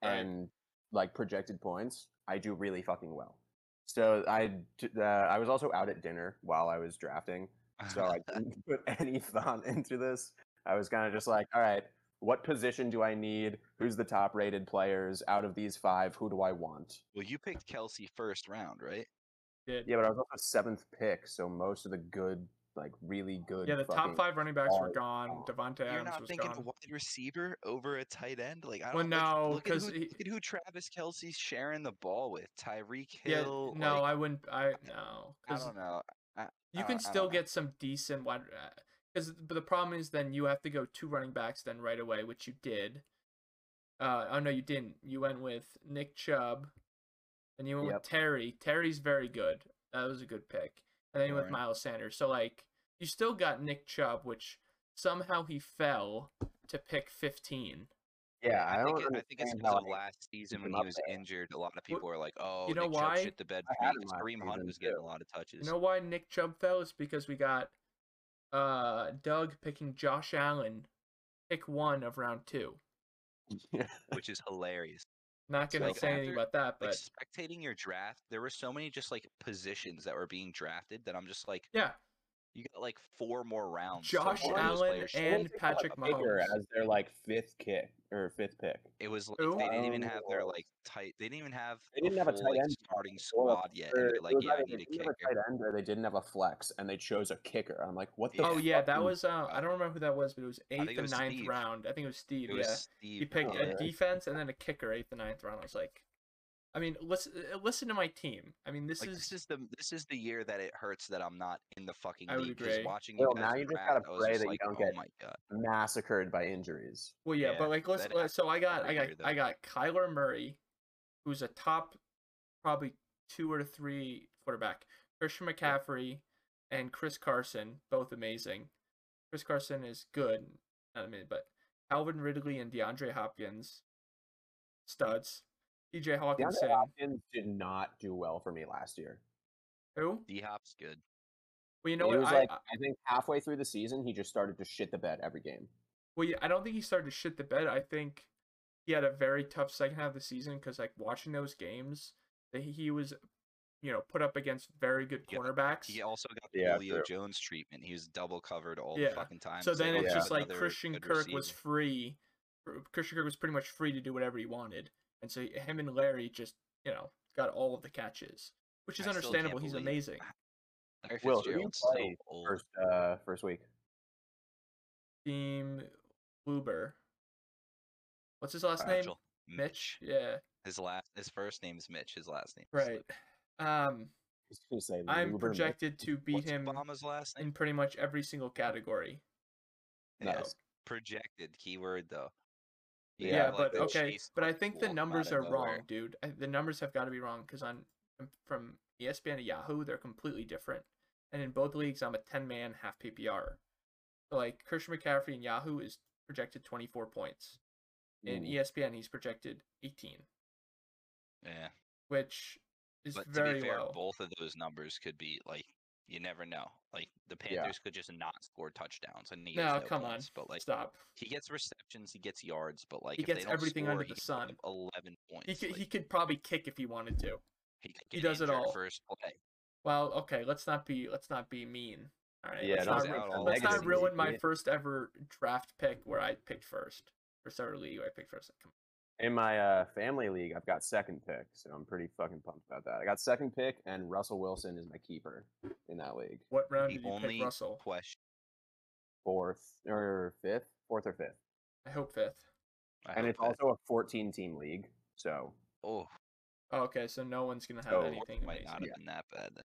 S2: Right.
S1: and like projected points, I do really fucking well. So I d- uh, I was also out at dinner while I was drafting, so I didn't put any thought into this. I was kind of just like, all right, what position do I need? Who's the top rated players out of these five? Who do I want?
S3: well, you picked Kelsey first round, right?
S2: Did.
S1: Yeah, but I was also seventh pick, so most of the good, like really good.
S2: Yeah, the top
S1: fucking-
S2: five running backs were
S1: are
S2: gone.
S1: gone.
S2: Devontae
S3: You're
S2: Adams
S3: not
S2: was
S3: thinking
S2: gone.
S3: wide receiver over a tight end. Like I
S2: Well,
S3: don't.
S2: no,
S3: like, look, at
S2: 'cause
S3: who,
S2: he-
S3: look at who Travis Kelsey's sharing the ball with. Tyreek
S2: Yeah,
S3: Hill.
S2: no,
S3: like,
S2: I wouldn't. I no,
S3: I,
S2: because
S3: don't know.
S2: you
S3: I
S2: can
S3: don't- Uh, I
S2: still
S3: don't know.
S2: get some decent wide. Because but the problem is, then you have to go two running backs then right away, which you did. Uh, oh no, you didn't. You went with Nick Chubb, and you went
S1: Yep.
S2: with Terry. Terry's very good. That was a good pick. And then you went with
S3: Alright.
S2: Miles Sanders. So like, you still got Nick Chubb, which somehow he fell to pick fifteen.
S1: Yeah, I, don't
S3: think, it, I think it's
S1: understand
S3: because
S1: how
S3: of
S1: I-
S3: last season
S1: him
S3: when
S1: up
S3: he was
S1: there.
S3: injured. A lot of people are like, "Oh,
S2: know
S3: Nick Chubb
S2: why?
S3: shit the bed."
S1: I
S3: for
S1: had
S3: me,"
S1: him
S3: 'cause
S1: last
S3: Kareem Hunt
S1: season,
S3: was getting
S1: too.
S3: a lot of touches.
S2: You know why Nick Chubb fell is because we got uh Doug picking Josh Allen, pick one of round two.
S3: which is hilarious.
S2: Not gonna
S3: Like,
S2: say anything
S3: after-
S2: about that, but
S3: Like spectating your draft, there were so many just like positions that were being drafted that I'm just like,
S2: yeah,
S3: you got like four more rounds. to
S2: Josh
S3: one of those
S2: Allen
S3: players should
S2: and
S3: have picked up.
S2: Patrick
S1: Baker
S2: Mahomes.
S1: as their like fifth kick or fifth pick.
S3: It was like,
S2: Who?
S3: they didn't even have their
S1: Oh.
S3: like tight. They didn't even have.
S1: They didn't have a
S3: full,
S1: tight
S3: like,
S1: end
S3: starting
S1: Or a-
S3: squad yet. And
S1: or
S3: they're
S1: it
S3: like,
S1: was
S3: yeah, I
S1: either
S3: need a
S1: they didn't have a
S3: kicker.
S1: tight end or they didn't have a flex, and they chose a kicker. I'm like, what the?
S2: Oh yeah, that
S1: fucking-
S2: was uh I don't remember who that was, but it was
S3: think
S2: eighth
S3: it
S2: and
S3: was
S2: ninth
S3: Steve.
S2: round. I think it was Steve.
S3: It
S2: yeah,
S3: was
S2: he
S3: Steve. Oh,
S2: picked
S3: yeah.
S2: a defense and then a kicker eighth and ninth round. I was like, I mean, listen, uh, listen to my team. I mean, this
S3: Like,
S2: is
S3: this is the this is the year that it hurts that I'm not in the fucking
S2: I would
S3: league. 'cause
S2: agree.
S3: Watching
S1: Well,
S3: you
S1: now
S3: guys
S1: you just
S3: draft,
S1: gotta
S3: I was
S1: pray
S3: just
S1: that you
S3: like,
S1: don't
S3: oh
S1: get-
S3: my god.
S1: massacred by injuries.
S2: Well, yeah,
S3: Yeah,
S2: but like, let's.
S3: that
S2: let- So I got, I
S3: every
S2: got,
S3: year,
S2: I got Kyler Murray, who's a top, probably two or three quarterback. Christian McCaffrey and Chris Carson, both amazing. Chris Carson is good. Not amazing, but Calvin Ridley and DeAndre Hopkins, studs. T.J. Hawkinson.
S1: DeAndre Hopkins did not do well for me last year.
S2: Who?
S3: D Hop's good.
S2: Well, you know
S1: he
S2: what?
S1: was
S2: I,
S1: like,
S2: I-
S1: I think halfway through the season, he just started to shit the bed every game.
S2: Well, yeah, I don't think he started to shit the bed. I think he had a very tough second half of the season because, like, watching those games, that he- he was, you know, put up against very good
S3: Yeah,
S2: cornerbacks.
S3: He also got the
S1: Yeah,
S3: Julio
S1: true.
S3: Jones treatment. He was double covered all
S2: Yeah,
S3: the fucking time.
S2: so then
S1: like,
S2: it's
S1: yeah.
S2: just like
S3: another
S2: Christian
S3: good
S2: Kirk was
S3: receiver.
S2: free. Cr- Christian Kirk was pretty much free to do whatever he wanted, and so him and Larry just, you know, got all of the catches, which is
S3: I still can't
S2: understandable. He's
S3: believe-
S2: amazing.
S3: Larry
S1: Will, who do you
S3: Fitzgerald's so
S1: play
S3: old.
S1: First, uh, first week.
S2: Team Uber. What's his last name?
S3: Mitchell.
S2: Mitch. Yeah.
S3: His last, his first name's Mitch. His last name.
S2: Right. Um,
S1: He's gonna say
S2: I'm
S1: Luber Mil-
S2: projected to beat
S3: What's
S2: him.
S3: Obama's last name?
S2: in pretty much every single category.
S3: Yeah,
S1: Nice.
S3: Projected keyword though. You
S2: Yeah,
S1: Yeah,
S3: have, like,
S2: but
S3: the
S2: okay,
S3: chase
S2: but I
S3: Claypool
S2: think the
S3: come out
S2: numbers
S3: of
S2: are wrong,
S3: nowhere.
S2: dude. I- The numbers have got to be wrong because on from- from E ESPN to Yahoo, they're completely different. And in both leagues, I'm a 10 man half PPR. So like Christian McCaffrey in Yahoo is projected 24 points. In E
S1: Mm.
S2: ESPN, he's projected 18,
S3: Yeah,
S2: which is
S3: but to
S2: very
S3: be fair,
S2: low.
S3: both of those numbers could be like you never know. Like the
S1: Yeah.
S3: Panthers could just not score touchdowns and he gets
S2: No,
S3: no
S2: come
S3: points,
S2: on,
S3: But like
S2: stop.
S3: he gets receptions, he gets yards, but like
S2: He
S3: if they
S2: gets
S3: don't
S2: everything
S3: score,
S2: under
S3: he
S2: the
S3: can put up
S2: sun.
S3: Eleven points.
S2: He could,
S3: like,
S2: he could probably kick if he wanted to.
S3: he could
S2: he
S3: get
S2: does it
S3: injured
S2: all.
S3: First play.
S2: Well, okay, let's not be let's not be mean. All right,
S1: Yeah,
S2: let's
S1: don't
S2: not,
S3: He's
S1: make
S3: out
S1: that
S3: all
S2: let's not
S1: negative.
S3: season.
S2: ruin my
S1: Yeah.
S2: first ever draft pick where I picked first. First ever league where I picked first. Come
S1: In my uh, family league, I've got second pick, so I'm pretty fucking pumped about that. I got second pick, and Russell Wilson is my keeper in that league.
S2: on. What round
S3: The
S2: did you
S3: only
S2: pick Russell?
S3: question.
S1: Fourth or fifth, fourth or fifth,
S2: I hope fifth.
S3: I
S1: and
S3: hope
S1: it's
S3: that-
S1: also a 14 team league. So
S3: oh,
S2: Oh, okay, so no one's gonna have
S1: So,
S2: anything
S3: might
S2: amazing.
S3: not have been that bad. then.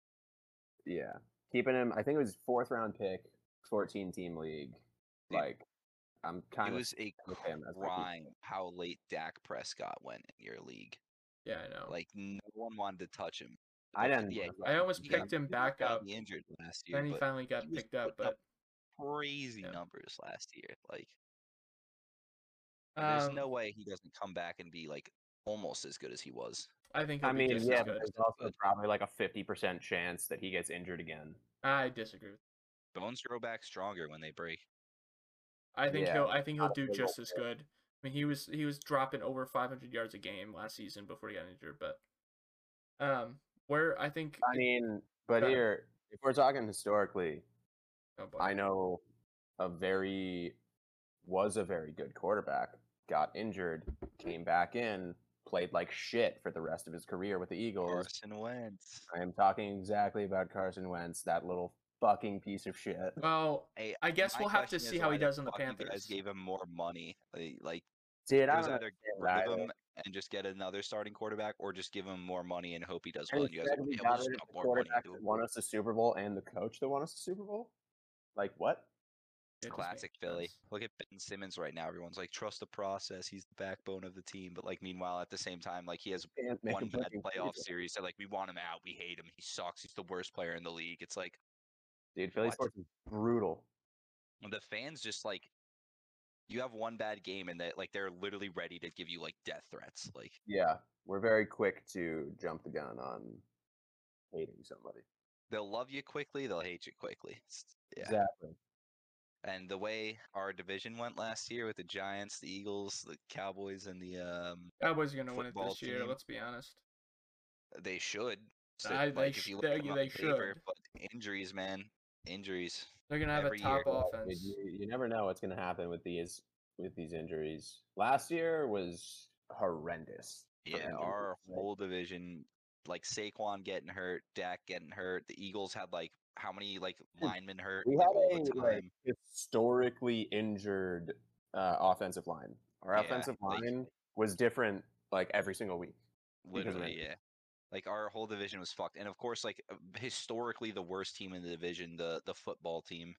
S1: yeah, keeping him. I think it was fourth round pick, 14 team league.
S3: Dude,
S1: Like, I'm kind
S3: It
S1: of
S3: was a
S1: okay, and that's my keeper.
S3: crime how late Dak Prescott went in your league.
S2: Yeah, I know.
S3: Like no one wanted to touch him.
S1: I
S3: Like,
S1: didn't.
S3: Yeah,
S1: know.
S2: I almost
S3: he got-
S2: picked him
S3: he
S2: back
S3: got
S2: up.
S3: Injured last year,
S2: Then he
S3: but
S2: finally got
S3: he was
S2: picked up,
S3: putting
S2: but
S3: up crazy
S2: yeah.
S3: numbers last year. Like,
S2: um,
S3: there's no way he doesn't come back and be like almost as good as he was.
S2: I think.
S1: I
S2: he'll be
S1: mean,
S2: just as
S1: yeah, but
S2: good.
S1: there's also probably like a fifty percent chance that he gets injured again.
S2: I disagree. with
S3: Bones grow back stronger when they break.
S2: I think
S1: Yeah,
S2: he'll. I think he'll
S1: not a
S2: do
S1: big
S2: just
S1: old
S2: as good. I mean, he was he was dropping over 500 yards a game last season before he got injured, but um, where I think
S1: I mean, but
S2: Yeah.
S1: here, if we're talking historically,
S2: oh, boy.
S1: I know a very was a very good quarterback, got injured, came back in, played like shit for the rest of his career with the Eagles.
S3: Carson Wentz.
S1: I am talking exactly about Carson Wentz, that little fucking piece of shit.
S2: Well,
S3: Hey,
S2: I guess
S3: my
S2: we'll have to
S3: question is
S2: see how
S3: why
S2: he
S3: the
S2: does in the
S3: fuck you Guys
S2: Panthers.
S3: gave him more money. Like, like
S1: Dude,
S3: it
S1: I
S3: was
S1: don't
S3: either get
S1: understand
S3: rid of
S1: that.
S3: him and just get another starting quarterback, or just give him more money and hope he does
S1: And
S3: well.
S1: he
S3: you guys,
S1: said
S3: like,
S1: we
S3: "Yeah, we'll
S1: got
S3: just
S1: rid of
S3: dump
S1: the
S3: more money
S1: quarterback
S3: into
S1: that
S3: him."
S1: won us the Super Bowl and the coach that won us the Super Bowl. Like what?
S2: it just
S3: Classic
S2: makes
S3: Philly.
S2: sense.
S3: Look at Ben Simmons right now. Everyone's like, trust the process. He's the backbone of the team. But like, meanwhile, at the same time, like he has
S1: Can't make
S3: one
S1: a
S3: bad
S1: fucking
S3: playoff
S1: season.
S3: series. So like, we want him out. We hate him. He sucks. He's the worst player in the league. It's like
S1: Dude, Philly
S3: What?
S1: sports is brutal.
S3: the fans just like, you have one bad game and that like they're literally ready to give you like death threats. Like,
S1: Yeah, we're very quick to jump the gun on hating somebody.
S3: they'll love you quickly. They'll hate you quickly. It's, yeah.
S1: Exactly.
S3: And the way our division went last year with the Giants, the Eagles, the Cowboys, and the um,
S2: Cowboys are gonna win it
S3: Football
S2: this year.
S3: team.
S2: Let's be honest.
S3: they should. So,
S2: I- they
S3: like, if
S2: sh-
S3: you look
S2: they-
S3: at 'em on
S2: they
S3: paper,
S2: should.
S3: But injuries, man, injuries.
S2: They're gonna have
S3: Every
S2: a
S3: year,
S2: top
S3: though,
S1: Well, dude,
S2: offense.
S1: You, you never know what's going to happen with these with these injuries. Last year was horrendous. for
S3: Yeah,
S1: injuries,
S3: our
S1: right?
S3: whole division, like Saquon getting hurt, Dak getting hurt. The Eagles had like how many like linemen hurt
S1: we
S3: like,
S1: had
S3: all
S1: a
S3: the time.
S1: like, historically injured uh, offensive line. Our
S3: Yeah,
S1: offensive
S3: like-
S1: line was different like every single week. because of
S3: literally,
S1: injury.
S3: yeah. Like our whole division was fucked, and of course, like uh, historically the worst team in the division, the the football team,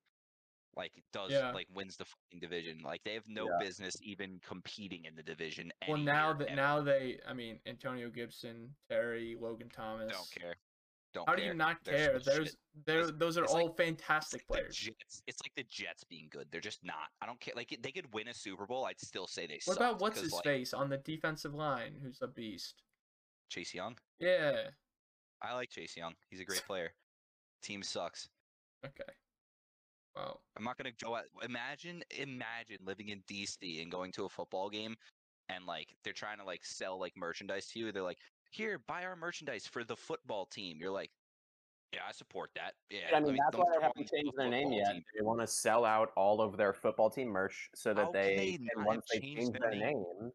S3: like does
S2: Yeah.
S3: like wins the fucking division. Like they have no
S1: Yeah.
S3: business even competing in the division.
S2: Well,
S3: any
S2: now
S3: year
S2: that
S3: ever.
S2: now they, I mean, Antonio Gibson, Terry, Logan Thomas.
S3: don't care. Don't
S2: How
S3: care.
S2: do you not
S3: They're
S2: care?
S3: still shit.
S2: There's, there,
S3: It's-
S2: those are
S3: it's like-
S2: all
S3: It's
S2: fantastic
S3: like the
S2: players.
S3: Jets. It's like the Jets being good. They're just not. I don't care. Like it- they could win a Super Bowl. I'd still say they.
S2: What about
S3: sucked,
S2: what's
S3: 'cause,
S2: his
S3: like,
S2: face on the defensive line? Who's a beast?
S3: Chase Young.
S2: Yeah.
S3: I like Chase Young. He's a great player. Team sucks.
S2: Okay. Wow.
S3: I'm not gonna go out. Imagine, imagine living in DC and going to a football game, and like they're trying to like sell like merchandise to you. They're like, "Here, buy our merchandise for the football team." You're like, "Yeah, I support that." Yeah,
S1: I mean,
S3: let me-
S1: that's
S3: let me
S1: why they
S3: throw
S1: haven't
S3: in the
S1: changed their name
S3: football
S1: yet.
S3: team."
S1: They want to sell out all of their football team merch so that
S3: How can
S1: they,
S3: they
S1: and
S3: not have
S1: once they
S3: changed
S1: change
S3: their
S1: their
S3: name?
S1: name,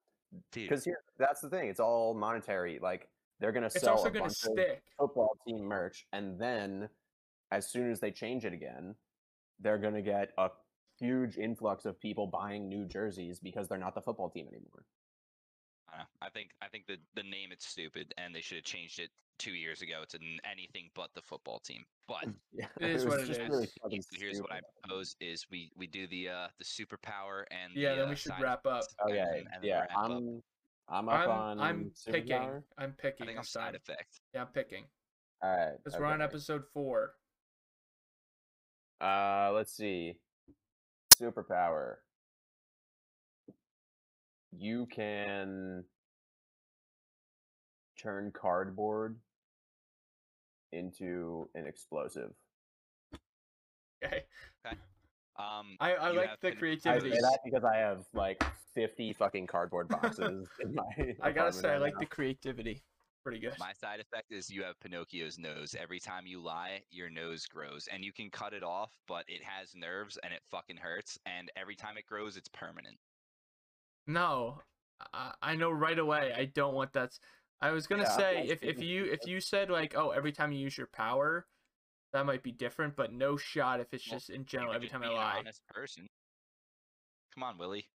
S3: Dude,
S1: because here that's the thing. It's all monetary. Like they're gonna
S2: It's
S1: sell
S2: also
S1: a
S2: going to
S1: bunch of
S2: stick.
S1: football team merch, and then as soon as they change it again, they're gonna get a huge influx of people buying new jerseys because they're not the football team anymore.
S3: I, dunno. I think I think the the name it's stupid, and they should have changed it two years ago to n- anything but the football team. But
S1: Yeah,
S2: It is what it
S1: just
S2: is.
S1: really fucking
S3: here's what I
S1: stupid.
S3: propose: is we we do the uh the superpower and
S2: Yeah,
S3: the,
S2: then
S3: uh,
S2: we should
S3: science
S2: wrap up.
S3: effects,
S1: Oh
S3: and
S1: yeah,
S3: then- and then
S1: yeah.
S3: wrap up.
S1: I'm I'm up
S2: I'm,
S1: on.
S2: I'm picking.
S1: Superpower.
S2: I'm
S3: I
S2: picking.
S3: think I'm
S2: this
S3: side
S2: time.
S3: effect.
S2: Yeah, I'm picking.
S1: All right,
S2: Because we're on
S1: okay.
S2: episode four.
S1: Uh, let's see. Superpower. You can turn cardboard into an explosive.
S2: Okay.
S3: Um,
S2: I, I
S3: You
S2: like
S3: have
S2: the
S3: been- I-
S1: I
S2: creativity.
S1: say that because I have like 50 fucking cardboard boxes in my.
S2: I gotta
S1: apartment
S2: say, I
S1: right
S2: like
S1: now.
S2: the creativity. Pretty good.
S3: my side effect is you have Pinocchio's nose. Every time you lie, your nose grows, and you can cut it off, but it has nerves and it fucking hurts. And every time it grows, it's permanent.
S2: No, I, I know right away. I don't want that. s- I was gonna
S1: Yeah,
S2: say
S1: that's
S2: if, if
S1: even
S2: you if you said like oh every time you use your power, that might be different. But no shot if it's
S3: Well,
S2: just in
S3: You
S2: general
S3: could
S2: every
S3: just
S2: time I
S3: be an
S2: lie.
S3: honest person. Come on, Willie.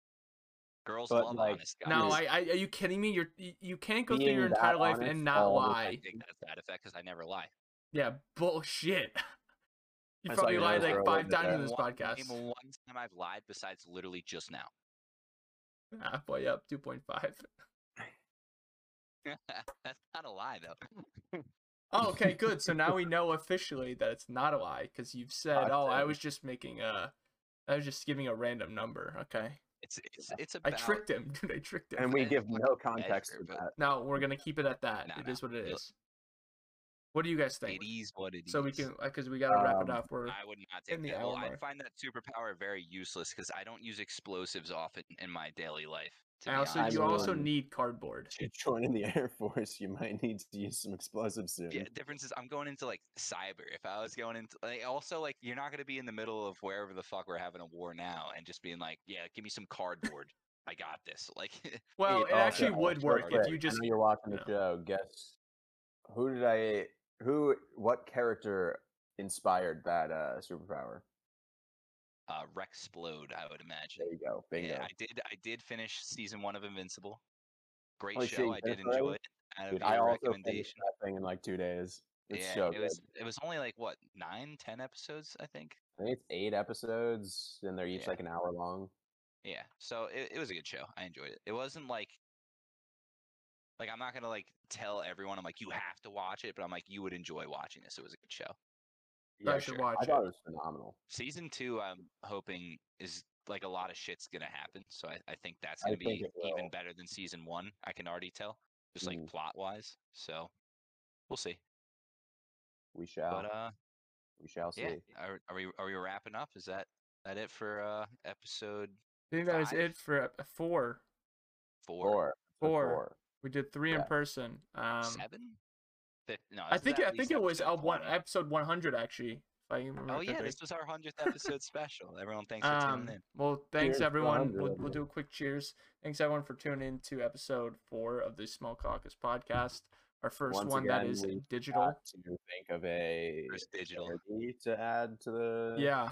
S3: Girls
S1: But,
S3: love
S1: like,
S3: honest guys.
S2: No, I,
S1: honest.
S2: I are you kidding me? You're you- you can't go through
S1: Being
S2: your
S1: that
S2: entire life
S1: honest
S2: and not
S1: all the
S3: I
S2: lie.
S3: think that's side effect because I never lie.
S2: Yeah, bullshit. You
S1: I saw
S2: probably
S1: your
S2: lied
S1: nose
S2: like
S1: grow a
S2: five
S1: little bit
S2: times in
S1: there.
S2: this
S3: One-
S2: podcast.
S3: Name one time I've lied besides literally just now.
S2: Halfway up, two point five.
S3: that's not a lie though.
S2: Oh, okay, good. So now we know officially that it's not a lie because you've said,
S1: Fuck
S2: "Oh, I
S1: them.
S2: was just making a, I was just giving a random number." Okay,
S3: It's it's it's
S2: I
S3: about.
S2: tricked him, dude. I tricked him.
S1: and we
S3: I
S1: give
S3: fucking
S1: no context
S3: measure,
S1: to
S3: but-
S1: that.
S2: No, we're gonna keep it at that. It
S3: Nah,
S2: is
S3: nah,
S2: what it
S3: it-
S2: is. What do you guys think?
S3: It is what it is.
S2: So we can, because we gotta wrap it
S1: Um,
S2: up. We're
S3: I would not
S2: in
S3: take
S2: the
S3: that. Well, I
S2: hour.
S3: find that superpower very useless because I don't use explosives often in my daily life. To be
S2: also,
S3: honest.
S2: you also
S1: will-
S2: need cardboard.
S1: To join the Air Force, you might need to use some explosives soon.
S3: Yeah, difference is I'm going into like cyber. If I was going into like, also like you're not gonna be in the middle of wherever the fuck we're having a war now and just being like, yeah, give me some cardboard. I got this. Like,
S2: Well, it
S1: also,
S2: actually would
S1: real
S2: work
S1: quick,
S2: if you just
S1: oh, I know you're watching
S2: no.
S1: the show. Guess who did I? Who? What character inspired that uh, superpower?
S3: uh, Rexplode, I would imagine.
S1: There you go. Bingo.
S3: Yeah, I did. I did finish season one of Invincible. Great
S1: Holy shit,
S3: show.
S1: you
S3: I did
S1: finished already?
S3: enjoy it. I
S1: Dude,
S3: would
S1: I
S3: a
S1: also finished
S3: recommendation.
S1: that thing in like two days. It's
S3: yeah,
S1: so
S3: it
S1: good.
S3: was. It was only like what nine, ten episodes, I think.
S1: I think it's eight episodes, and they're each
S3: Yeah.
S1: like an hour long.
S3: Yeah. So it, it was a good show. I enjoyed it. It wasn't like like I'm not gonna like tell everyone I'm like you have to watch it, but I'm like you would enjoy watching this. It was a good show.
S2: I
S1: Yeah,
S2: should
S3: sure.
S2: watch
S1: I
S2: it.
S1: thought it was phenomenal.
S3: Season two, I'm hoping is like a lot of shit's gonna happen. So I, I think that's
S1: I
S3: gonna
S1: think
S3: be
S1: it will.
S3: even better than season one. I can already tell, just like
S1: Mm.
S3: plot wise. So we'll see.
S1: We shall.
S3: But uh,
S1: we shall see.
S3: yeah, are, are we are we wrapping up? Is that that it for uh episode
S2: I think that is
S3: five.
S2: it for ep- four.
S3: four,
S1: Four. It's a
S2: Four. We did three in
S1: Yeah.
S2: person. Um,
S3: seven? Fif- no,
S2: I
S3: this is
S2: think
S3: at
S2: I think
S3: least
S2: it was
S3: episode
S2: uh, one
S3: 20.
S2: episode 100 actually. If I can remember
S3: Oh yeah,
S2: correctly.
S3: this was our hundredth episode special. Everyone thanks for
S2: Um,
S3: tuning in.
S2: well, thanks
S1: Cheers to
S2: everyone.
S1: 100,
S2: We'll, we'll
S1: everyone.
S2: do a quick cheers. Thanks everyone for tuning in to episode four of the Small Caucus podcast. Our first
S1: Once
S2: one that
S1: again,
S2: is
S1: we
S2: digital.
S1: Got to think of a
S3: First digital.
S1: charity to add to the
S2: Yeah.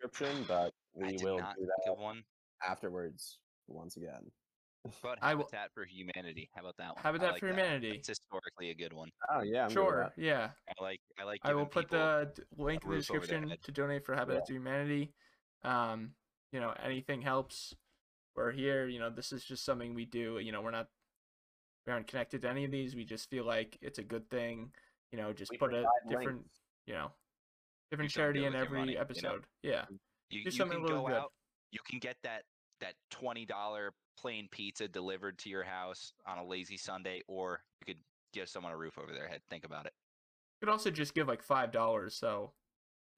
S1: description, but
S3: I
S1: we
S3: did
S1: will
S3: not
S1: do
S3: think
S1: that
S3: of one,
S1: afterwards. Once again,
S3: but
S2: I
S3: Habitat
S2: will-
S3: for Humanity. How about that one?
S2: Habitat
S3: I like
S2: for
S3: that.
S2: Humanity.
S3: It's historically a good one.
S1: oh yeah, I'm good with
S2: sure.
S1: that.
S2: Yeah.
S3: I like. I like.
S2: I will
S3: giving
S2: put
S3: people-
S2: the d- link in the
S3: roof over their
S2: description
S3: head.
S2: to donate for Habitat for Humanity. Um, you know, anything helps. We're here. You know, this is just something we do. You know, we're not we aren't connected to any of these. We just feel like it's a good thing. You know, just
S1: We
S2: put a
S1: provide
S2: different
S1: links.
S2: you know different
S3: something
S2: charity
S3: good
S2: in
S3: with your
S2: every
S3: money, you know? Mm.
S2: episode. Yeah.
S3: You,
S2: do
S3: you
S2: something
S3: can
S2: really
S3: go
S2: good.
S3: out. You can get that that twenty dollar plain pizza delivered to your house on a lazy Sunday, or you could give someone a roof over their head. Think about it.
S2: You could also just give like five dollars. So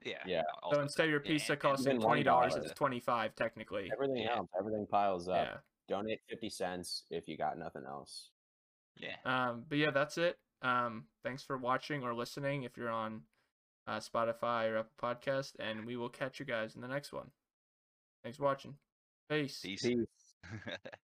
S3: Yeah.
S1: Yeah.
S2: so
S3: also-
S2: instead of your
S3: yeah,
S2: pizza
S3: and-
S2: costing
S1: Even
S2: twenty dollars,
S1: $1.
S2: it's twenty five technically.
S1: Everything
S3: Yeah.
S1: else, everything piles up.
S2: Yeah.
S1: Donate fifty cents if you got nothing else.
S3: Yeah.
S2: Um, but yeah, that's it. Um, thanks for watching or listening if you're on uh, Spotify or Apple Podcast, and we will catch you guys in the next one. Thanks for watching. Peace.
S3: Peace.
S1: Peace.